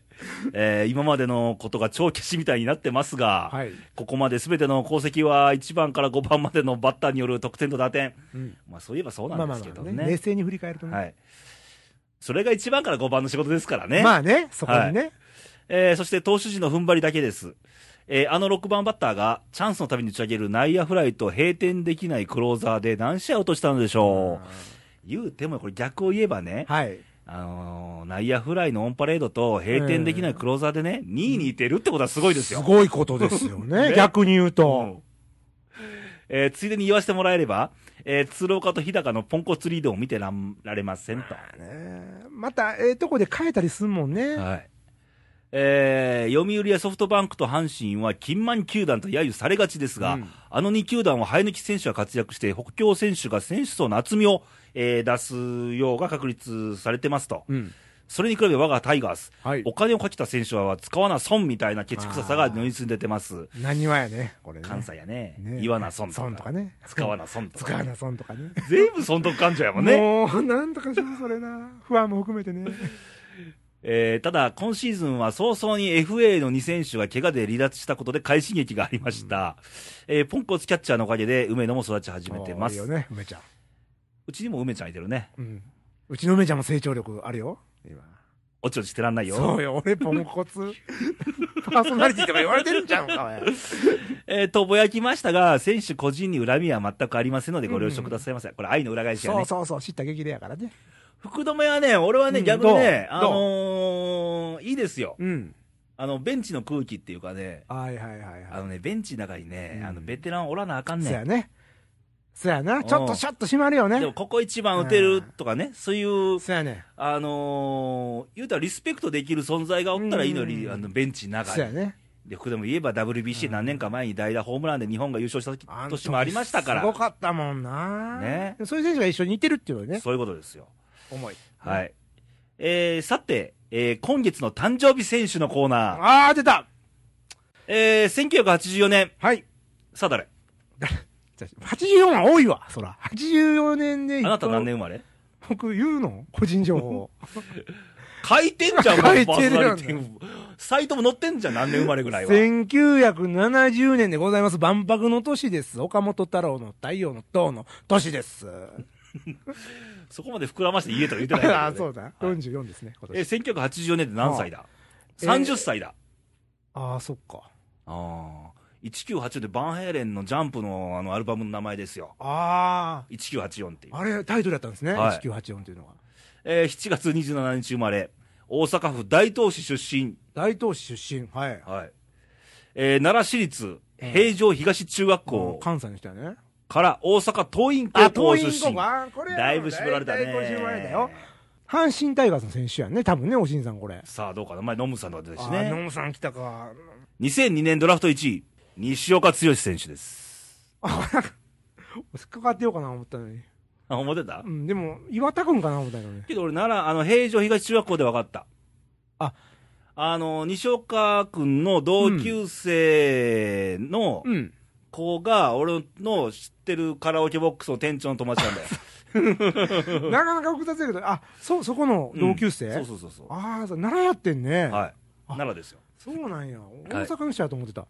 [SPEAKER 1] えー今までのことが帳消しみたいになってますが、
[SPEAKER 2] はい。
[SPEAKER 1] ここまで全ての功績は1番から5番までのバッターによる得点と打点、
[SPEAKER 2] うん
[SPEAKER 1] まあ、そういえばそう
[SPEAKER 2] まあま
[SPEAKER 1] な
[SPEAKER 2] あ
[SPEAKER 1] ん
[SPEAKER 2] ま
[SPEAKER 1] です
[SPEAKER 2] あ
[SPEAKER 1] けどね、
[SPEAKER 2] ね。冷静に振り返ると
[SPEAKER 1] は
[SPEAKER 2] ね。
[SPEAKER 1] い、それが1番から5番の仕事ですからね、
[SPEAKER 2] まあね、そこにね。
[SPEAKER 1] えーそして投手陣の踏ん張りだけです、えーあの6番バッターがチャンスのたびに打ち上げる内野フライと閉店できないクローザーで何試合落としたのでしょう。言うても、これ逆を言えばね、
[SPEAKER 2] はい。
[SPEAKER 1] あのー内野フライのオンパレードと閉店できないクローザーでね、2位にいてるってことはすごいです
[SPEAKER 2] す
[SPEAKER 1] よ。
[SPEAKER 2] ごいことですよね。
[SPEAKER 1] ね
[SPEAKER 2] 逆に言うと。
[SPEAKER 1] えーついでに言わせてもらえれば、えー鶴岡と日高のポンコツリードを見てらんられませんと。
[SPEAKER 2] ねまた、ええとこで変えたりすんもんね。
[SPEAKER 1] はい。えー読売やソフトバンクと阪神は金満球団と揶揄されがちですが、
[SPEAKER 2] うん
[SPEAKER 1] あの2球団は生え抜き選手が活躍して、北京選手が選手層の厚みを、えー出すようが確立されてますと。
[SPEAKER 2] うん。
[SPEAKER 1] それに比べ我がタイガース、
[SPEAKER 2] はい
[SPEAKER 1] お金をかけた選手は使わな損みたいなケチくささが乗り継いでてます。
[SPEAKER 2] 何はやね、これね。
[SPEAKER 1] 関西やね。
[SPEAKER 2] ね
[SPEAKER 1] 言わな損とか。
[SPEAKER 2] 損とかね。
[SPEAKER 1] 使わな損とか。
[SPEAKER 2] 使わな損とかね。
[SPEAKER 1] 全部損得感情やもんね。
[SPEAKER 2] もう、なんとかしよう、それな。不安も含めてね。
[SPEAKER 1] えーただ、今シーズンは早々に FA の2選手が怪我で離脱したことで快進撃がありました。えーポンコツキャッチャーのおかげで梅野も育ち始めてま
[SPEAKER 2] いい
[SPEAKER 1] す。
[SPEAKER 2] よね、梅ちゃん。
[SPEAKER 1] うちにも梅ちゃんいてるね。
[SPEAKER 2] うん。うちの梅ちゃんも成長力あるよ。今。
[SPEAKER 1] おちおちしてらんないよ。
[SPEAKER 2] そうよ、俺ポ ンコツ。パーソナリティとか言われてるんじゃんか、おい
[SPEAKER 1] えーとぼやきましたが、選手個人に恨みは全くありませんのでご了承くださいませ。これ愛の裏返しや
[SPEAKER 2] そ
[SPEAKER 1] ね
[SPEAKER 2] う。そうそう、知った激レアからね。
[SPEAKER 1] 福留はね、俺はね、
[SPEAKER 2] うん
[SPEAKER 1] 逆にね、
[SPEAKER 2] ど
[SPEAKER 1] あ
[SPEAKER 2] うどう
[SPEAKER 1] のーいいですよ。
[SPEAKER 2] うん。
[SPEAKER 1] あの、ベンチの空気っていうかね、
[SPEAKER 2] はいはいはい
[SPEAKER 1] あ
[SPEAKER 2] は
[SPEAKER 1] のね、ベンチの中にね、
[SPEAKER 2] うん
[SPEAKER 1] あの、ベテランおらなあかん
[SPEAKER 2] い。
[SPEAKER 1] ね
[SPEAKER 2] そ
[SPEAKER 1] ん。
[SPEAKER 2] やね。そやな、ちょっとシャッと閉まるよ
[SPEAKER 1] でも、
[SPEAKER 2] ね。
[SPEAKER 1] ここ一番打てるとかね、そういう、
[SPEAKER 2] そやね。
[SPEAKER 1] あのー言うたらリスペクトできる存在がおったらいいのに、
[SPEAKER 2] うん
[SPEAKER 1] あのベンチの
[SPEAKER 2] そ
[SPEAKER 1] 中
[SPEAKER 2] や
[SPEAKER 1] に。
[SPEAKER 2] ね。
[SPEAKER 1] で、福でも言えば WBC 何年か前に代打ホームランで日本が優勝した時
[SPEAKER 2] あん
[SPEAKER 1] 年もありましたか
[SPEAKER 2] すご
[SPEAKER 1] ら。
[SPEAKER 2] かったもんな。
[SPEAKER 1] ね
[SPEAKER 2] そういう選手が一緒にいてるっていうのはね。
[SPEAKER 1] そういうことですよ。
[SPEAKER 2] 重い。
[SPEAKER 1] はい。えー、さて、えー今月の誕生日選手のコーナー。
[SPEAKER 2] あー、出た
[SPEAKER 1] えー、1984年、
[SPEAKER 2] はい。
[SPEAKER 1] さあ誰
[SPEAKER 2] じゃあ84は多いわ、そら。84年で
[SPEAKER 1] あ
[SPEAKER 2] 一個。
[SPEAKER 1] なた何年生まれ
[SPEAKER 2] 僕言うの個人情 報。
[SPEAKER 1] 書いてん じゃん、
[SPEAKER 2] 書いてる
[SPEAKER 1] も
[SPEAKER 2] や
[SPEAKER 1] うんパーソナリティサイトも載ってんじゃん、何年生まれぐらいは。
[SPEAKER 2] 1970年でございます。万博の年です。岡本太郎の太陽の塔の年です。
[SPEAKER 1] そこまで膨らまして言えとは言ってないけどね
[SPEAKER 2] ああ、そうだ。
[SPEAKER 1] はい
[SPEAKER 2] 44ですね、今
[SPEAKER 1] え
[SPEAKER 2] 年。
[SPEAKER 1] ー、1984年って何歳だ
[SPEAKER 2] えー
[SPEAKER 1] ?30 歳だ。
[SPEAKER 2] ああ、そっか。
[SPEAKER 1] ああ、198でバンヘイレンのジャンプのあのアルバムの名前ですよ。
[SPEAKER 2] あ
[SPEAKER 1] 1984っていう
[SPEAKER 2] あ、。あれ、タイトルだったんですね。
[SPEAKER 1] はい
[SPEAKER 2] 1984っていうのは。
[SPEAKER 1] えー7月27日生まれ、大阪府大東市出身。
[SPEAKER 2] 大東市出身。はい。
[SPEAKER 1] はい。えー奈良市立平城東中学校
[SPEAKER 2] 関西の人やね。
[SPEAKER 1] から大阪桐蔭高校出身。
[SPEAKER 2] あこれ
[SPEAKER 1] だいぶ絞られたね。
[SPEAKER 2] 大体50万円だよ。阪神タイガースの選手やね。多分ね、おしんさんこれ。
[SPEAKER 1] さあどうかな。前、ノムさんのです
[SPEAKER 2] あー
[SPEAKER 1] ね。
[SPEAKER 2] ノムさん来たか。
[SPEAKER 1] 2002年ドラフト1位、西岡剛選手です。
[SPEAKER 2] あ、なんか、引っかかってようかな思ったのに。
[SPEAKER 1] あ、思ってた
[SPEAKER 2] うん、でも、岩田くんかな思ったけどね。
[SPEAKER 1] けど俺奈良、あの、平城東中学校で分かった。
[SPEAKER 2] あ、
[SPEAKER 1] あの、西岡君の同級生の
[SPEAKER 2] うん。
[SPEAKER 1] 子が、俺の知ってるカラオケボックスの店長の友達なんだよ。
[SPEAKER 2] なかなか複雑だけど、あ、そう、そこの同級生、
[SPEAKER 1] そうそうそうそう。
[SPEAKER 2] ああ、そう奈良やってん
[SPEAKER 1] は
[SPEAKER 2] ね。
[SPEAKER 1] い。
[SPEAKER 2] あ
[SPEAKER 1] 奈良ですよ。
[SPEAKER 2] そうなんや。大阪の人やと思ってた。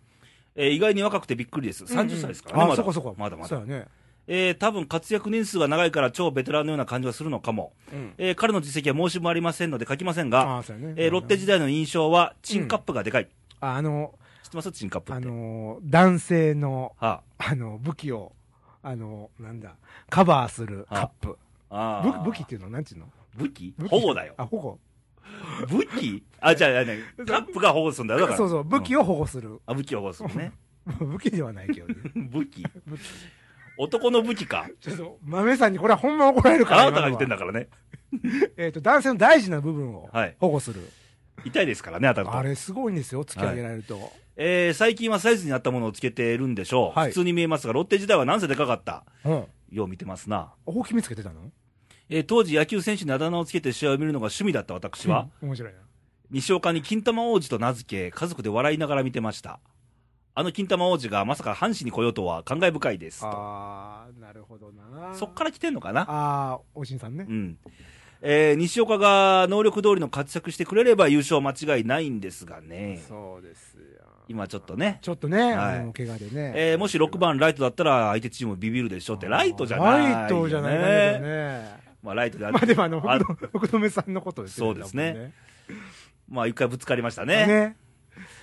[SPEAKER 1] えー意外に若くてびっくりです。30歳ですからね、
[SPEAKER 2] うんうん
[SPEAKER 1] まだ
[SPEAKER 2] あ、そこそこ。
[SPEAKER 1] まだま
[SPEAKER 2] そ
[SPEAKER 1] だ
[SPEAKER 2] う。やね。
[SPEAKER 1] えー、多分活躍年数が長いから超ベテランのような感じはするのかも。
[SPEAKER 2] うん。
[SPEAKER 1] えー彼の実績は申し分ありませんので書きませんが、
[SPEAKER 2] ああ、そうやね。
[SPEAKER 1] えーロッテ時代の印象は、チンカップがでかい。
[SPEAKER 2] ああの、
[SPEAKER 1] 知ってますチンカップっ
[SPEAKER 2] あ
[SPEAKER 1] て。
[SPEAKER 2] の、男性の、
[SPEAKER 1] は
[SPEAKER 2] あの、武器を、あの、なんだ、カバーするカップ。
[SPEAKER 1] あ、あー
[SPEAKER 2] 武武器っていうのはなんちゅうの
[SPEAKER 1] 武器
[SPEAKER 2] 武器
[SPEAKER 1] 保護だよ。
[SPEAKER 2] あ、保護。
[SPEAKER 1] 武器あ、じゃあ、あのカップが保護するんだよ。だから。
[SPEAKER 2] そうそう、武器
[SPEAKER 1] を。
[SPEAKER 2] を保護する。
[SPEAKER 1] あ、武器を保護するね。
[SPEAKER 2] 武器ではないけどね。
[SPEAKER 1] 武器。男の武器か。
[SPEAKER 2] ちょっと、豆さんにこれはほんま怒られる
[SPEAKER 1] あ
[SPEAKER 2] から。
[SPEAKER 1] なたが言ってんだ
[SPEAKER 2] 今
[SPEAKER 1] からね。
[SPEAKER 2] のはえっ、と、男性の大事な部分を
[SPEAKER 1] はい
[SPEAKER 2] 保護する。
[SPEAKER 1] 痛いですからね、当たると
[SPEAKER 2] あ。れすごいんですよ、突き上げられると。
[SPEAKER 1] えー最近はサイズに合ったものをつけてるんでしょう、
[SPEAKER 2] はい
[SPEAKER 1] 普通に見えますが、ロッテ時代はなんせでかかった、
[SPEAKER 2] うん。
[SPEAKER 1] よう見てますな、
[SPEAKER 2] 大きめつけてたの
[SPEAKER 1] えー当時、野球選手にあだ名をつけて試合を見るのが趣味だった私は、
[SPEAKER 2] うん面白いな。
[SPEAKER 1] 西岡に金玉王子と名付け、家族で笑いながら見てました、あの金玉王子がまさか阪神に来ようとは感慨深いですと、
[SPEAKER 2] あー、なるほどな。
[SPEAKER 1] そっから来てんのかな、
[SPEAKER 2] あー、おしんさんね
[SPEAKER 1] う。んえー西岡が能力通りの活躍してくれれば優勝間違いないんですがね、
[SPEAKER 2] そうですよ。
[SPEAKER 1] 今ちょっとね。
[SPEAKER 2] ちょっとね、
[SPEAKER 1] はい
[SPEAKER 2] あの、怪我でね。
[SPEAKER 1] えーもし6番ライトだったら相手チームビビるでしょってライトじゃないよね
[SPEAKER 2] ライトじゃないかね。これね
[SPEAKER 1] まあ、ライトであ
[SPEAKER 2] まあでもあの、
[SPEAKER 1] あ
[SPEAKER 2] 福留福留さんのことですよ
[SPEAKER 1] そうですね
[SPEAKER 2] 多分
[SPEAKER 1] まあ、一回ぶつかりました
[SPEAKER 2] ね
[SPEAKER 1] ね。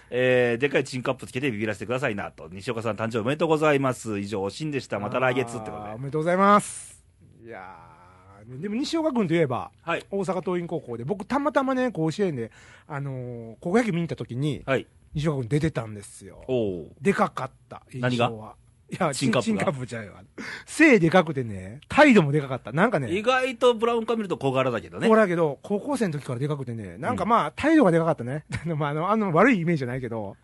[SPEAKER 1] えーでかいチンカップつけてビビらせてくださいなと。西岡さん誕生日おめでとうございます。以上、おしんでした。また来月ってこと
[SPEAKER 2] あーお
[SPEAKER 1] で。
[SPEAKER 2] めでとうございます。いやーねでも西岡君といえば、
[SPEAKER 1] はい。
[SPEAKER 2] 大阪桐蔭高校で、僕たまたまね、甲子園で、あのー高校野球見に行った時に、
[SPEAKER 1] はい。
[SPEAKER 2] 西岡君出てたんですよ。
[SPEAKER 1] おお。
[SPEAKER 2] でかかった、印象は。いや、
[SPEAKER 1] チ
[SPEAKER 2] チ
[SPEAKER 1] ン
[SPEAKER 2] ン
[SPEAKER 1] カップが
[SPEAKER 2] チンカップちゃうよ。背でかくてね、態度もでかかった。なんかね、
[SPEAKER 1] 意外とブラウン化見ると小柄だけどね
[SPEAKER 2] こ。だけど、高校生の時からでかくてね、なんかまあ、態度がでかかったね。 まあ、あの、あの、悪いイメージじゃないけど、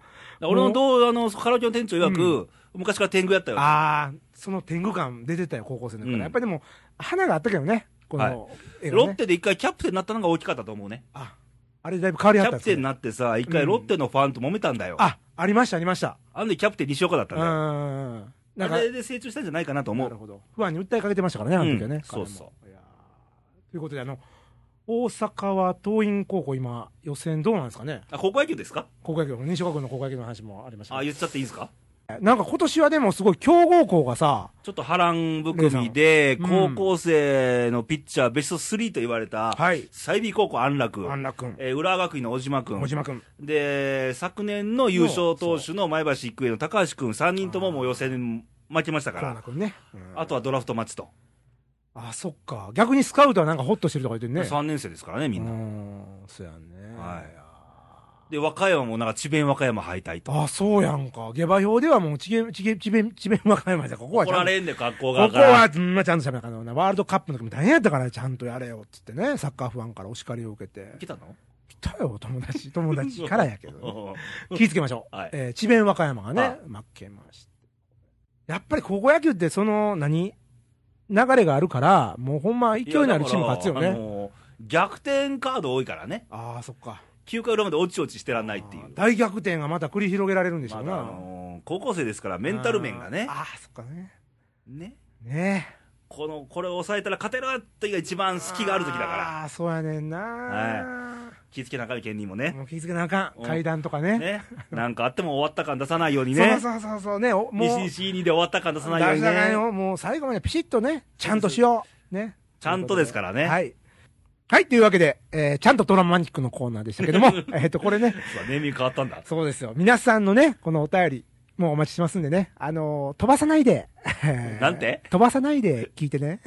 [SPEAKER 1] 俺のどう、あの、カラオケの店長曰く、昔から天狗やったよ。
[SPEAKER 2] ああ、その天狗感出てたよ、高校生の時から。
[SPEAKER 1] うん
[SPEAKER 2] やっぱりでも、花があったけどね、この絵がね、
[SPEAKER 1] ロッテで一回キャプテンになったのが大きかったと思うね。
[SPEAKER 2] あ、あれだいぶ変わり
[SPEAKER 1] キ
[SPEAKER 2] はっ
[SPEAKER 1] ャ
[SPEAKER 2] た
[SPEAKER 1] プ
[SPEAKER 2] ん
[SPEAKER 1] テン
[SPEAKER 2] ね
[SPEAKER 1] になってさ、一回ロッテのファンと揉めたんだよ。
[SPEAKER 2] あ、ありました、ありました。
[SPEAKER 1] あんでキャプテン西岡だっ
[SPEAKER 2] う
[SPEAKER 1] た
[SPEAKER 2] ん
[SPEAKER 1] んだよ。
[SPEAKER 2] うんうん。なんか
[SPEAKER 1] あ、れで成長したんじゃないかなと思
[SPEAKER 2] なる
[SPEAKER 1] う。
[SPEAKER 2] ほど。不安に訴えかけてましたからね、あの時はね。
[SPEAKER 1] うん
[SPEAKER 2] 彼も
[SPEAKER 1] そう
[SPEAKER 2] いやーということで、あの、大阪は桐蔭高校、今、予選どうなんですかね、
[SPEAKER 1] あ、高校野球ですか
[SPEAKER 2] 高校野球、西岡君の高校野球の話もありましたけど
[SPEAKER 1] あ、言っちゃっていいですか
[SPEAKER 2] なんか今年はでもすごい強豪校がさ、
[SPEAKER 1] ちょっと波乱含みで、
[SPEAKER 2] レイさん
[SPEAKER 1] 高
[SPEAKER 2] うん
[SPEAKER 1] 校生のピッチャーベスト3と言われた、
[SPEAKER 2] はい。
[SPEAKER 1] 済美高校安楽、
[SPEAKER 2] 安楽君、
[SPEAKER 1] えー浦和学院の小島君
[SPEAKER 2] 小島君。
[SPEAKER 1] で、昨年の優勝投手の前橋育英の高橋君、3人とももう予選負けましたか
[SPEAKER 2] 河
[SPEAKER 1] ら
[SPEAKER 2] 野、君ね。うん
[SPEAKER 1] あとはドラフト待ちと、
[SPEAKER 2] あ、そっか。逆にスカウトはなんかホッとしてるとか言ってね。
[SPEAKER 1] 3年生ですからね、みん
[SPEAKER 2] う
[SPEAKER 1] な。
[SPEAKER 2] ん、そうやんね。
[SPEAKER 1] はいで、和歌山もなんか智弁和歌山敗退と。
[SPEAKER 2] あ、そうやんか。下馬評ではもう、ちげ、ちげ、ちべん、ちべん和歌山じゃ、ここは
[SPEAKER 1] 怒
[SPEAKER 2] ちゃ
[SPEAKER 1] ら
[SPEAKER 2] んと。
[SPEAKER 1] れんで、格好が。
[SPEAKER 2] ここは、うんまあちゃんと喋らなあかんな。ワールドカップの時も大変やったから、ちゃんとやれよ、つってね。サッカーファンからお叱りを受けて。
[SPEAKER 1] 来たの
[SPEAKER 2] 来たよ、友達。友達からやけ どね、気ぃつけましょう。
[SPEAKER 1] はい
[SPEAKER 2] えー智弁和歌山がね、
[SPEAKER 1] はい
[SPEAKER 2] 負けました。やっぱり高校野球って、その、何流れがあるから、もうほんま勢いのあるチーム勝つよ
[SPEAKER 1] いやだか
[SPEAKER 2] ね。
[SPEAKER 1] らあのー逆転カード多いからね、
[SPEAKER 2] ああー、そっか。
[SPEAKER 1] 9回裏まで落ち落ちしてらんないってい
[SPEAKER 2] あ
[SPEAKER 1] う
[SPEAKER 2] ー。大逆転がまた繰り広げられるんでしょ
[SPEAKER 1] ま
[SPEAKER 2] う
[SPEAKER 1] だ
[SPEAKER 2] な。
[SPEAKER 1] あのー高校生ですから、メンタル面がね
[SPEAKER 2] あー、あー、そっかね。
[SPEAKER 1] ね
[SPEAKER 2] ねえ。
[SPEAKER 1] このこれを抑えたら勝てるっていうのが一番隙がある時だから、
[SPEAKER 2] ああー、そうやねんな。
[SPEAKER 1] は気付けなあかん県人もね、
[SPEAKER 2] もう気付けなあか
[SPEAKER 1] うん
[SPEAKER 2] ん。階段とかね。
[SPEAKER 1] ね、なんかあっても終わった感出さないように
[SPEAKER 2] そう
[SPEAKER 1] ね、
[SPEAKER 2] そうそうそうね。おもう、
[SPEAKER 1] 西西2で終わった感出さないよう
[SPEAKER 2] 大
[SPEAKER 1] に
[SPEAKER 2] 事だから
[SPEAKER 1] ね、
[SPEAKER 2] よもう最後までピシッとね、ちゃんとしよう。ね。
[SPEAKER 1] ちゃんとですからね、
[SPEAKER 2] はい。はい、というわけで、えーちゃんとトラマニックのコーナーでしたけ ども、えっと、これね、
[SPEAKER 1] そうだネーミング変わったんだ、
[SPEAKER 2] そうですよ。皆さんのね、このお便り、もうお待ちしてますんでね、あのー飛ばさないで、
[SPEAKER 1] なんて
[SPEAKER 2] 飛ばさないで聞い てね。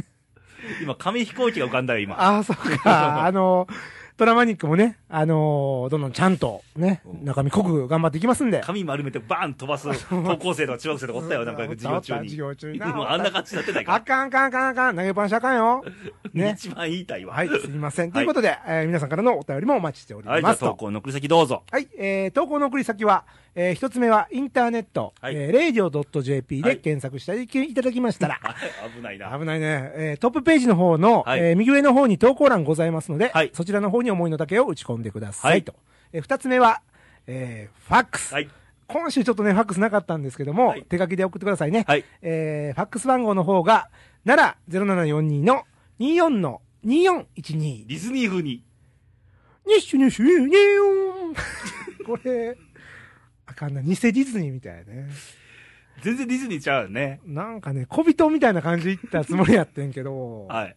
[SPEAKER 1] 今、紙飛行機が浮かんだよ、今、
[SPEAKER 2] ああ、そっ か。あのートラマニックもね、あのーどんどんちゃんとね
[SPEAKER 1] う、ん
[SPEAKER 2] 中身濃く頑張っていきます んで。
[SPEAKER 1] 紙丸めてバーン飛ばす高校生とか中学生とかおったよ、なんか授業中
[SPEAKER 2] おったおった授業中
[SPEAKER 1] に、
[SPEAKER 2] にな
[SPEAKER 1] もうあんな感じになってない
[SPEAKER 2] あ
[SPEAKER 1] か
[SPEAKER 2] かんあかんあかんあかん、投げっぱなしあか んよ。
[SPEAKER 1] ら、
[SPEAKER 2] ね。
[SPEAKER 1] 一番言いたいわ。
[SPEAKER 2] はい、すいません。ということで、えー皆さんからのお便りもお待ちしており
[SPEAKER 1] はい、じゃ
[SPEAKER 2] ま
[SPEAKER 1] あ
[SPEAKER 2] すと。
[SPEAKER 1] 投稿の送り先どうぞ。
[SPEAKER 2] はい、えー、投稿の送り先は、えー、一つ目はインターネット、
[SPEAKER 1] はい
[SPEAKER 2] えー、radio.jp
[SPEAKER 1] は
[SPEAKER 2] で
[SPEAKER 1] い
[SPEAKER 2] 検索していただきましたら、
[SPEAKER 1] 危ないな。
[SPEAKER 2] 危ないね、えー、トップページの方の、
[SPEAKER 1] はい
[SPEAKER 2] えー、右上の方に投稿欄ございますので、
[SPEAKER 1] はい
[SPEAKER 2] そちらの方に思いの丈を打ち込んでください、
[SPEAKER 1] はい
[SPEAKER 2] と。えー、二つ目は、えー、ファックス。
[SPEAKER 1] はい。
[SPEAKER 2] 今週ちょっとね、ファックスなかったんですけども、
[SPEAKER 1] はい
[SPEAKER 2] 手書きで送ってくださいね。
[SPEAKER 1] はい。
[SPEAKER 2] えー、ファックス番号の方が、7 0742の24の2412。
[SPEAKER 1] ディズニー風に。
[SPEAKER 2] ニッシュニッシュニューニ ューンこれ、あかんな、偽ディズニーみたいなね。
[SPEAKER 1] 全然ディズニーちゃうよね。
[SPEAKER 2] なんかね、小人みたいな感じで言ったつもりやってんけど、
[SPEAKER 1] はい。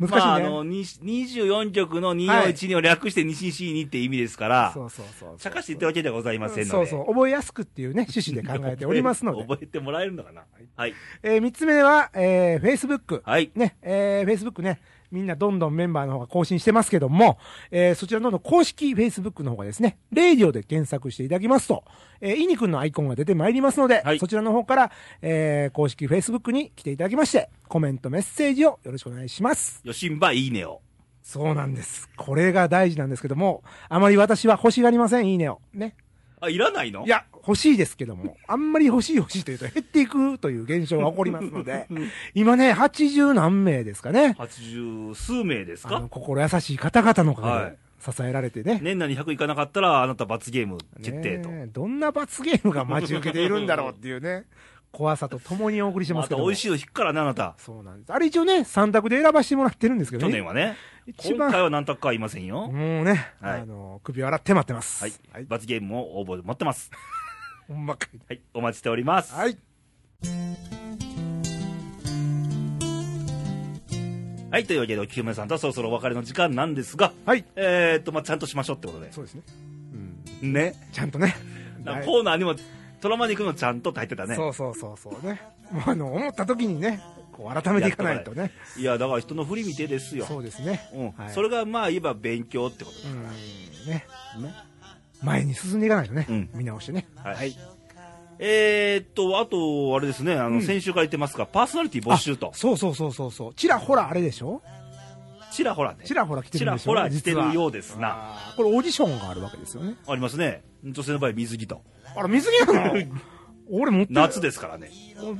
[SPEAKER 2] 難しいね。
[SPEAKER 1] まあ、あの、に24曲の241を略して2442って意味ですから、
[SPEAKER 2] そうそうそうそう。
[SPEAKER 1] 茶化して言ったわけではございませんので。
[SPEAKER 2] そうそう、覚えやすくっていうね、趣旨で考えておりますので。
[SPEAKER 1] 覚えてもらえるのかなはい。
[SPEAKER 2] えー、3つ目は、えー、Facebook。
[SPEAKER 1] はい。
[SPEAKER 2] ね、えー、Facebook ね、みんなどんどんメンバーの方が更新してますけども、えー、そちらの方の公式 Facebook の方がですね、レイディオで検索していただきますと、えー、イニ君のアイコンが出てまいりますので、
[SPEAKER 1] はい
[SPEAKER 2] そちらの方から、えー、公式 Facebook に来ていただきまして、コメント、メッセージをよろしくお願いします。
[SPEAKER 1] よしんばいいねを。
[SPEAKER 2] そうなんです。これが大事なんですけども、あまり私は欲しがりません、いいねを。ね。
[SPEAKER 1] あ、いらないの
[SPEAKER 2] いや、欲しいですけ ども、あんまり欲しい欲しいというと減っていくという現象が起こりますので、今ね、80何名ですかね。
[SPEAKER 1] 80数名です
[SPEAKER 2] あ
[SPEAKER 1] か
[SPEAKER 2] の、心優しい方々のお
[SPEAKER 1] は
[SPEAKER 2] か
[SPEAKER 1] い
[SPEAKER 2] げで支えられてね。
[SPEAKER 1] 年内に100いかなかったら、あなた罰ゲーム決定と。
[SPEAKER 2] ねえどんな罰ゲームが待ち受けているんだろうってい うね、怖さと共にお送りしてま
[SPEAKER 1] ます
[SPEAKER 2] け
[SPEAKER 1] た
[SPEAKER 2] ど
[SPEAKER 1] 美
[SPEAKER 2] も。
[SPEAKER 1] 味しいの引くからね、あなた。
[SPEAKER 2] そうなんです。あれ一応ね、3択で選ばせてもらってるんですけど
[SPEAKER 1] 去
[SPEAKER 2] ね。
[SPEAKER 1] 年はね。
[SPEAKER 2] 一
[SPEAKER 1] 今
[SPEAKER 2] 番
[SPEAKER 1] 回は何択かはいませんよ。
[SPEAKER 2] もうね、
[SPEAKER 1] はい
[SPEAKER 2] あの、首を洗って待ってます。
[SPEAKER 1] はい。罰ゲームも応募持ってます。
[SPEAKER 2] ほんまかい。
[SPEAKER 1] はい。お待ちしております。は。
[SPEAKER 2] はいい。
[SPEAKER 1] というわけで、おきめさんとはそろそろお別れの時間なんですが、
[SPEAKER 2] はい。
[SPEAKER 1] えーっと、まあ、ちゃんとしましょうってことで。
[SPEAKER 2] そうですね。うん。
[SPEAKER 1] ね。
[SPEAKER 2] ちゃんとね。
[SPEAKER 1] なんか
[SPEAKER 2] だい
[SPEAKER 1] コーナーにも、トラマに行くのちゃんとって入ってたね。
[SPEAKER 2] そうそうそうそうね。もうあの、思った時にね、こう改めていかないとね。
[SPEAKER 1] いや、だから人の振り見てですよ。
[SPEAKER 2] そうですね。
[SPEAKER 1] うん
[SPEAKER 2] はい
[SPEAKER 1] それがまあ言えば勉強ってこと
[SPEAKER 2] うん、ね。前に進んでいかないとね、
[SPEAKER 1] うん
[SPEAKER 2] 見直してね。
[SPEAKER 1] だ、はいえーっとあとあれですねあの、先週から言ってますがパーソナリティ募集と
[SPEAKER 2] あそうそうそうそうそう。ちらほらあれでしょ
[SPEAKER 1] ちらほらね
[SPEAKER 2] ちらほら来てるんでしょ
[SPEAKER 1] ちらほら来てるよう
[SPEAKER 2] で
[SPEAKER 1] ですな
[SPEAKER 2] これオーディションがあるわけですよね。
[SPEAKER 1] ありますね女性の場合水着と
[SPEAKER 2] あら、水着なの 俺持ってる
[SPEAKER 1] 夏ですからね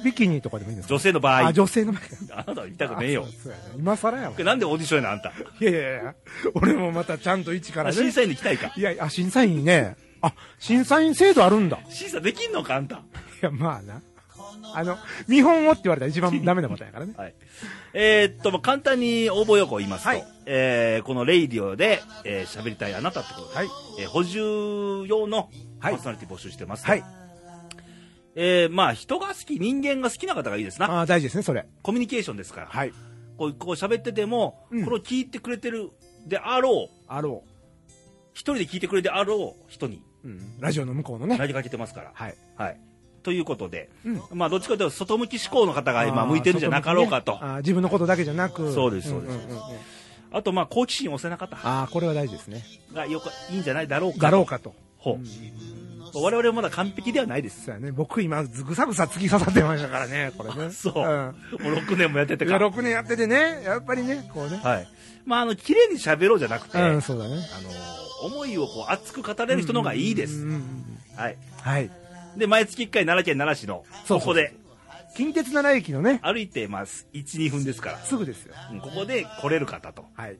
[SPEAKER 2] ビキニとかでもいいんですか
[SPEAKER 1] 女性の場合
[SPEAKER 2] あ、女性の前
[SPEAKER 1] あなたは言いたくねえよ
[SPEAKER 2] あそうそうやね今更やわ。
[SPEAKER 1] なんでオーディションやなあんた、
[SPEAKER 2] いやいやいや、俺もまたちゃんと一からね。
[SPEAKER 1] 審査員で来たいか
[SPEAKER 2] いや、あ、審査員ね。あ、審査員制度あるんだ。い
[SPEAKER 1] 審査できんのかあんた
[SPEAKER 2] や、まあな。あの、見本をって言われたら一番ダメなパターンやからね。
[SPEAKER 1] はい。えーっと、まあ簡単に応募要項を言いますと、
[SPEAKER 2] はい
[SPEAKER 1] えーこのレイディオで、えー喋りたいあなたってことで、
[SPEAKER 2] はい
[SPEAKER 1] えー補充用のパ
[SPEAKER 2] は
[SPEAKER 1] ー
[SPEAKER 2] い
[SPEAKER 1] ソナリティ募集してますと、
[SPEAKER 2] はい。
[SPEAKER 1] えーまあ人が好き、人間が好きな方がいいですな。
[SPEAKER 2] ああ、大事ですね、それ。
[SPEAKER 1] コミュニケーションですから。
[SPEAKER 2] はい。
[SPEAKER 1] こう、こう喋ってても、
[SPEAKER 2] うん
[SPEAKER 1] これを聞いてくれてるであろう、
[SPEAKER 2] あろ
[SPEAKER 1] 一人で聞いてくれてあろう人に
[SPEAKER 2] う。うん。ラジオの向こうのね。
[SPEAKER 1] 投げかけてますから。
[SPEAKER 2] はい。
[SPEAKER 1] はい。ということで、
[SPEAKER 2] うん
[SPEAKER 1] まあどっちかというと外向き思考の方が今向いてるんじゃなかろうかと。
[SPEAKER 2] あー自分のことだけじゃなく。
[SPEAKER 1] そうですそうです
[SPEAKER 2] んんんん
[SPEAKER 1] あとまあ好奇心旺盛な方
[SPEAKER 2] ああ、これは大事ですね。
[SPEAKER 1] がよくいいんじゃないだろうかと。
[SPEAKER 2] だろうかと。
[SPEAKER 1] ほう。我々はまだ完璧ではないです。
[SPEAKER 2] そうやね。僕今、ぐさぐさ突き刺さってましたからね、これね。
[SPEAKER 1] そう。
[SPEAKER 2] うん
[SPEAKER 1] もう6年もやってて
[SPEAKER 2] いや、
[SPEAKER 1] か。
[SPEAKER 2] 6年やっててね、やっぱりね、こうね。
[SPEAKER 1] はい。まあ、あの、綺麗に喋ろうじゃなくて、
[SPEAKER 2] う
[SPEAKER 1] あ
[SPEAKER 2] ん、
[SPEAKER 1] の、
[SPEAKER 2] そうだね。
[SPEAKER 1] 思いをこう熱く語れる人の方がいいで
[SPEAKER 2] う
[SPEAKER 1] す。
[SPEAKER 2] んうんうん
[SPEAKER 1] はい。
[SPEAKER 2] はい。
[SPEAKER 1] で、毎月1回奈良県奈良市の、
[SPEAKER 2] そう
[SPEAKER 1] ここ
[SPEAKER 2] そうそう
[SPEAKER 1] で、
[SPEAKER 2] 近鉄奈良駅のね、
[SPEAKER 1] 歩いて、まあ、1、2分ですから。
[SPEAKER 2] すぐですよ。
[SPEAKER 1] うんここで来れる方と。
[SPEAKER 2] はい。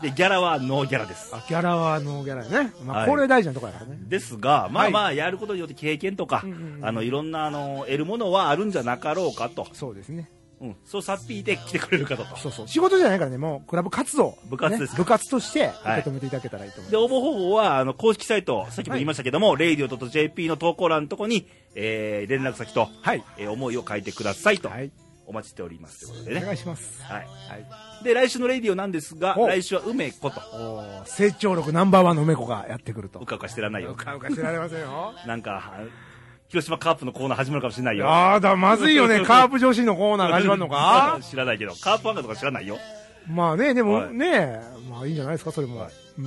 [SPEAKER 1] で、ギャラはノーギャラです。
[SPEAKER 2] あ、ギャラはノーギャラね。ま
[SPEAKER 1] は
[SPEAKER 2] あ、
[SPEAKER 1] い
[SPEAKER 2] これ大事なとこやからね。
[SPEAKER 1] ですが、ま
[SPEAKER 2] は
[SPEAKER 1] あ
[SPEAKER 2] い
[SPEAKER 1] まあ、やることによって経験とか、
[SPEAKER 2] うんうんうん
[SPEAKER 1] あの、いろんな、あの、得るものはあるんじゃなかろうかと。
[SPEAKER 2] そうですね。
[SPEAKER 1] うん。そうさっぴいて来てくれる方と。
[SPEAKER 2] そうそう。仕事じゃないからね、もう、クラブ活動。
[SPEAKER 1] 部活です
[SPEAKER 2] ね部活として、
[SPEAKER 1] い
[SPEAKER 2] 受け止めていただけたらいいと思い
[SPEAKER 1] で、
[SPEAKER 2] ま
[SPEAKER 1] 応募方法は、あの、公式サイト、さっきも言いましたけども、radio.jp の投稿欄のとこに、えー、連絡先と、
[SPEAKER 2] す。はい。
[SPEAKER 1] えー思いを書いてくださいと、
[SPEAKER 2] はい。
[SPEAKER 1] お待ちしております。ということ
[SPEAKER 2] お
[SPEAKER 1] でね。
[SPEAKER 2] 願いします。
[SPEAKER 1] はい。
[SPEAKER 2] はい。
[SPEAKER 1] で、来週のレディオなんですが、
[SPEAKER 2] お
[SPEAKER 1] 来週は梅子と、
[SPEAKER 2] おー成長力ナンバーワンの梅子がやってくると。
[SPEAKER 1] うかうかしてらんないよ。
[SPEAKER 2] うかしてられませんよ。
[SPEAKER 1] なんか、は広島カープのコーナー始まるかもしれないよ。
[SPEAKER 2] やだ、まずいよ ね。カープ女子のコーナーが始まるのか
[SPEAKER 1] 知らないけど、カープファンかとか知らないよ。
[SPEAKER 2] まあね、でも、
[SPEAKER 1] はい
[SPEAKER 2] ねえ、まあいいんじゃないですか、それも。
[SPEAKER 1] はい
[SPEAKER 2] うん。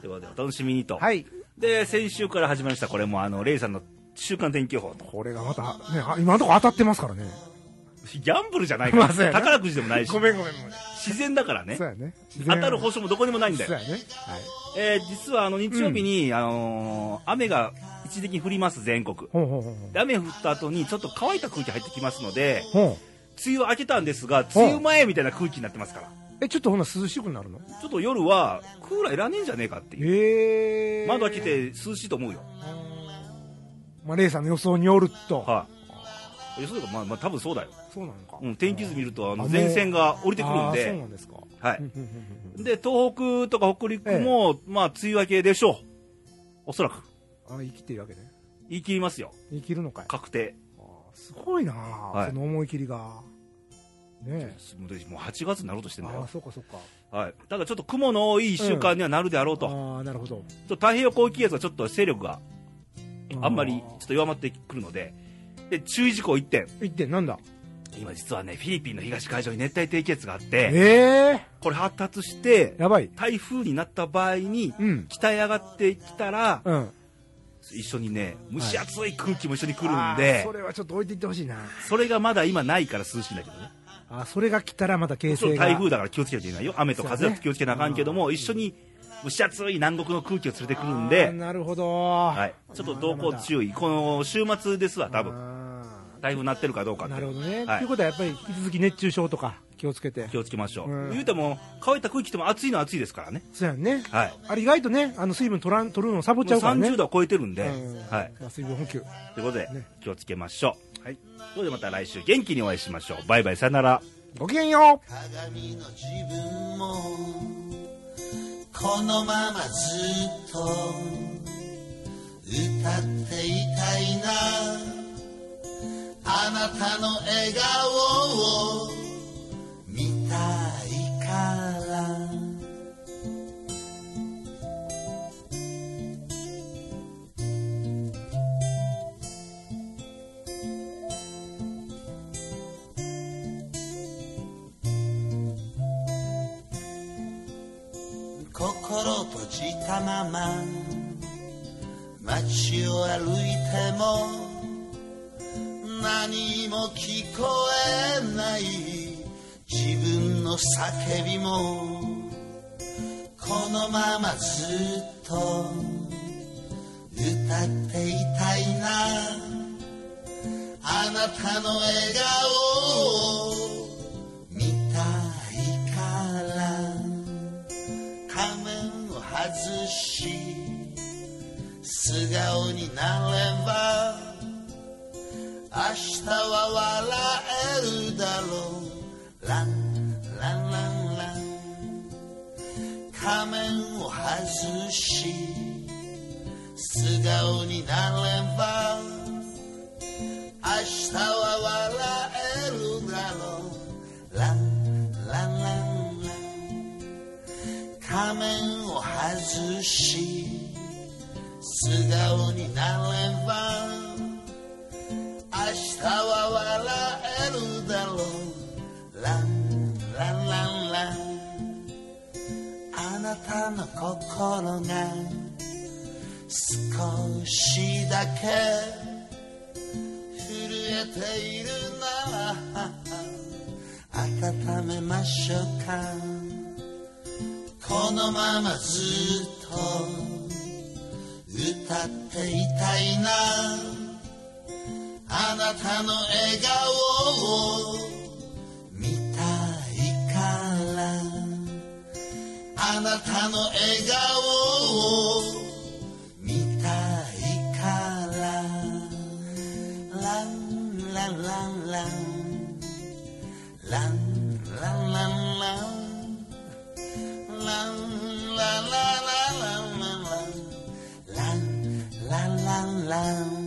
[SPEAKER 1] ではでは、お楽しみにと。
[SPEAKER 2] はい。
[SPEAKER 1] で、先週から始まりました、これも、あの、レイさんの週間天気予報と。
[SPEAKER 2] これがまた、ね、あ今のところ当たってますからね。
[SPEAKER 1] ギャンブルじゃないから、
[SPEAKER 2] まあそうやな
[SPEAKER 1] 宝くじでもないし、
[SPEAKER 2] ごめんごめんごめん。
[SPEAKER 1] 自然だからね
[SPEAKER 2] そ。うやね。自
[SPEAKER 1] 当
[SPEAKER 2] 然
[SPEAKER 1] たる保証もどこにもないんだよ
[SPEAKER 2] そう。やね。はい。
[SPEAKER 1] えー実はあの日曜日に、あのー雨が一時的に降ります全国
[SPEAKER 2] ほうほうほうほう。
[SPEAKER 1] で雨降った後にちょっと乾いた空気入ってきますので
[SPEAKER 2] ほ
[SPEAKER 1] 梅雨明けたんですが梅雨前みたいな空気になってますから
[SPEAKER 2] う。え、ちょっとほんなら涼しくなるの
[SPEAKER 1] ちょっと夜はクーラーいらねえんじゃねえかっていう
[SPEAKER 2] ええー。
[SPEAKER 1] 窓開け。て涼しいと思うよ
[SPEAKER 2] まあ、レイさんの予想によると。
[SPEAKER 1] はいやそうだまあ、まあ、多分そうだよ、
[SPEAKER 2] そうなのか。
[SPEAKER 1] うん、天気図見るとあ
[SPEAKER 2] あ
[SPEAKER 1] の
[SPEAKER 2] もう
[SPEAKER 1] 前線が降り
[SPEAKER 2] 出
[SPEAKER 1] てくるん
[SPEAKER 2] そう
[SPEAKER 1] で
[SPEAKER 2] なんですか。
[SPEAKER 1] はい
[SPEAKER 2] うんうんうんうん
[SPEAKER 1] で東北とか北陸も、まあ梅雨明けでしょうおそらく
[SPEAKER 2] あ、生きてるわけね。
[SPEAKER 1] 言い切りますよ
[SPEAKER 2] 生きるのかい。
[SPEAKER 1] 確定
[SPEAKER 2] あすごいな、
[SPEAKER 1] い
[SPEAKER 2] その思い切りが。ねえ。
[SPEAKER 1] もう8月になろうとしてんだ
[SPEAKER 2] ああ、
[SPEAKER 1] よ、
[SPEAKER 2] そうかそうか。
[SPEAKER 1] はい、ただちょっと雲の多い1週間にはなるであろうと,、ちょ
[SPEAKER 2] ああ、なるほど。
[SPEAKER 1] っと太平洋高気圧がちょっと勢力があんまりちょっ
[SPEAKER 2] あ
[SPEAKER 1] と弱まってくるのでで注意事項1点
[SPEAKER 2] ー。一点なんだ
[SPEAKER 1] 今実はねフィリピンの東海上に熱帯低気圧があっ
[SPEAKER 2] え
[SPEAKER 1] て
[SPEAKER 2] え
[SPEAKER 1] これ発達して
[SPEAKER 2] やばい。
[SPEAKER 1] 台風になった場合に
[SPEAKER 2] うん。
[SPEAKER 1] 北へ上がってきたら
[SPEAKER 2] うん。
[SPEAKER 1] 一緒にね蒸し暑い空気も一緒に来る
[SPEAKER 2] あ
[SPEAKER 1] ん
[SPEAKER 2] ー
[SPEAKER 1] で
[SPEAKER 2] それはちょっと置いていってほしいな。
[SPEAKER 1] それがまだ今ないから涼しいんだけどね
[SPEAKER 2] あーそれが来たらまた形
[SPEAKER 1] ちょっ
[SPEAKER 2] 勢
[SPEAKER 1] と
[SPEAKER 2] が。
[SPEAKER 1] 台風だから気をつけなきゃいけないよ雨と風は気をつけなあかんけども、
[SPEAKER 2] そう
[SPEAKER 1] 一
[SPEAKER 2] です
[SPEAKER 1] 緒
[SPEAKER 2] ね
[SPEAKER 1] に蒸し暑い南国の空気を連れてくるん
[SPEAKER 2] あー
[SPEAKER 1] で、
[SPEAKER 2] なるほど。
[SPEAKER 1] は、
[SPEAKER 2] はい
[SPEAKER 1] ちょっと動向注意この週末ですわ多分
[SPEAKER 2] 分。
[SPEAKER 1] 台風なってるかどうかって
[SPEAKER 2] なるほどね。と、
[SPEAKER 1] はい
[SPEAKER 2] い、うことはやっぱり引き続き熱中症とか気をつけて
[SPEAKER 1] 気。をつけましょう、
[SPEAKER 2] うん
[SPEAKER 1] 言うても乾いた空気来ても暑いのは暑いですからね
[SPEAKER 2] そうやんね。
[SPEAKER 1] はい
[SPEAKER 2] あれ意外とね、あの水分取らん取るのサボっちゃ
[SPEAKER 1] もう
[SPEAKER 2] うからね。
[SPEAKER 1] 30度は超えてるんで、
[SPEAKER 2] うん
[SPEAKER 1] はい、
[SPEAKER 2] 水分補給。
[SPEAKER 1] ということで、
[SPEAKER 2] ね
[SPEAKER 1] 気をつけましょう、はい、それではまた来週元気にお会いしましょうバイバイさよなら
[SPEAKER 2] ごきげんよう
[SPEAKER 3] 鏡の自分もこのままずっと歌っていたいなあなたの笑顔を見たいから心閉じたまま街を歩いても何も聞こえない自分の叫びもこのままずっと歌っていたいなあなたの笑顔を見たいから仮面を外し素顔になれば明日は笑えるだろうランランランラン仮面を外し素顔になれば明日は笑えるだろうランランランラン仮面を外し素顔になれば明日は笑えるだろうランランランランあなたの心が少しだけ震えているな温めましょうかこのままずっと歌っていたいなあなたの笑顔を見たいからあなたの笑顔を見たいからランランランランランランランランla la la la la la la la la la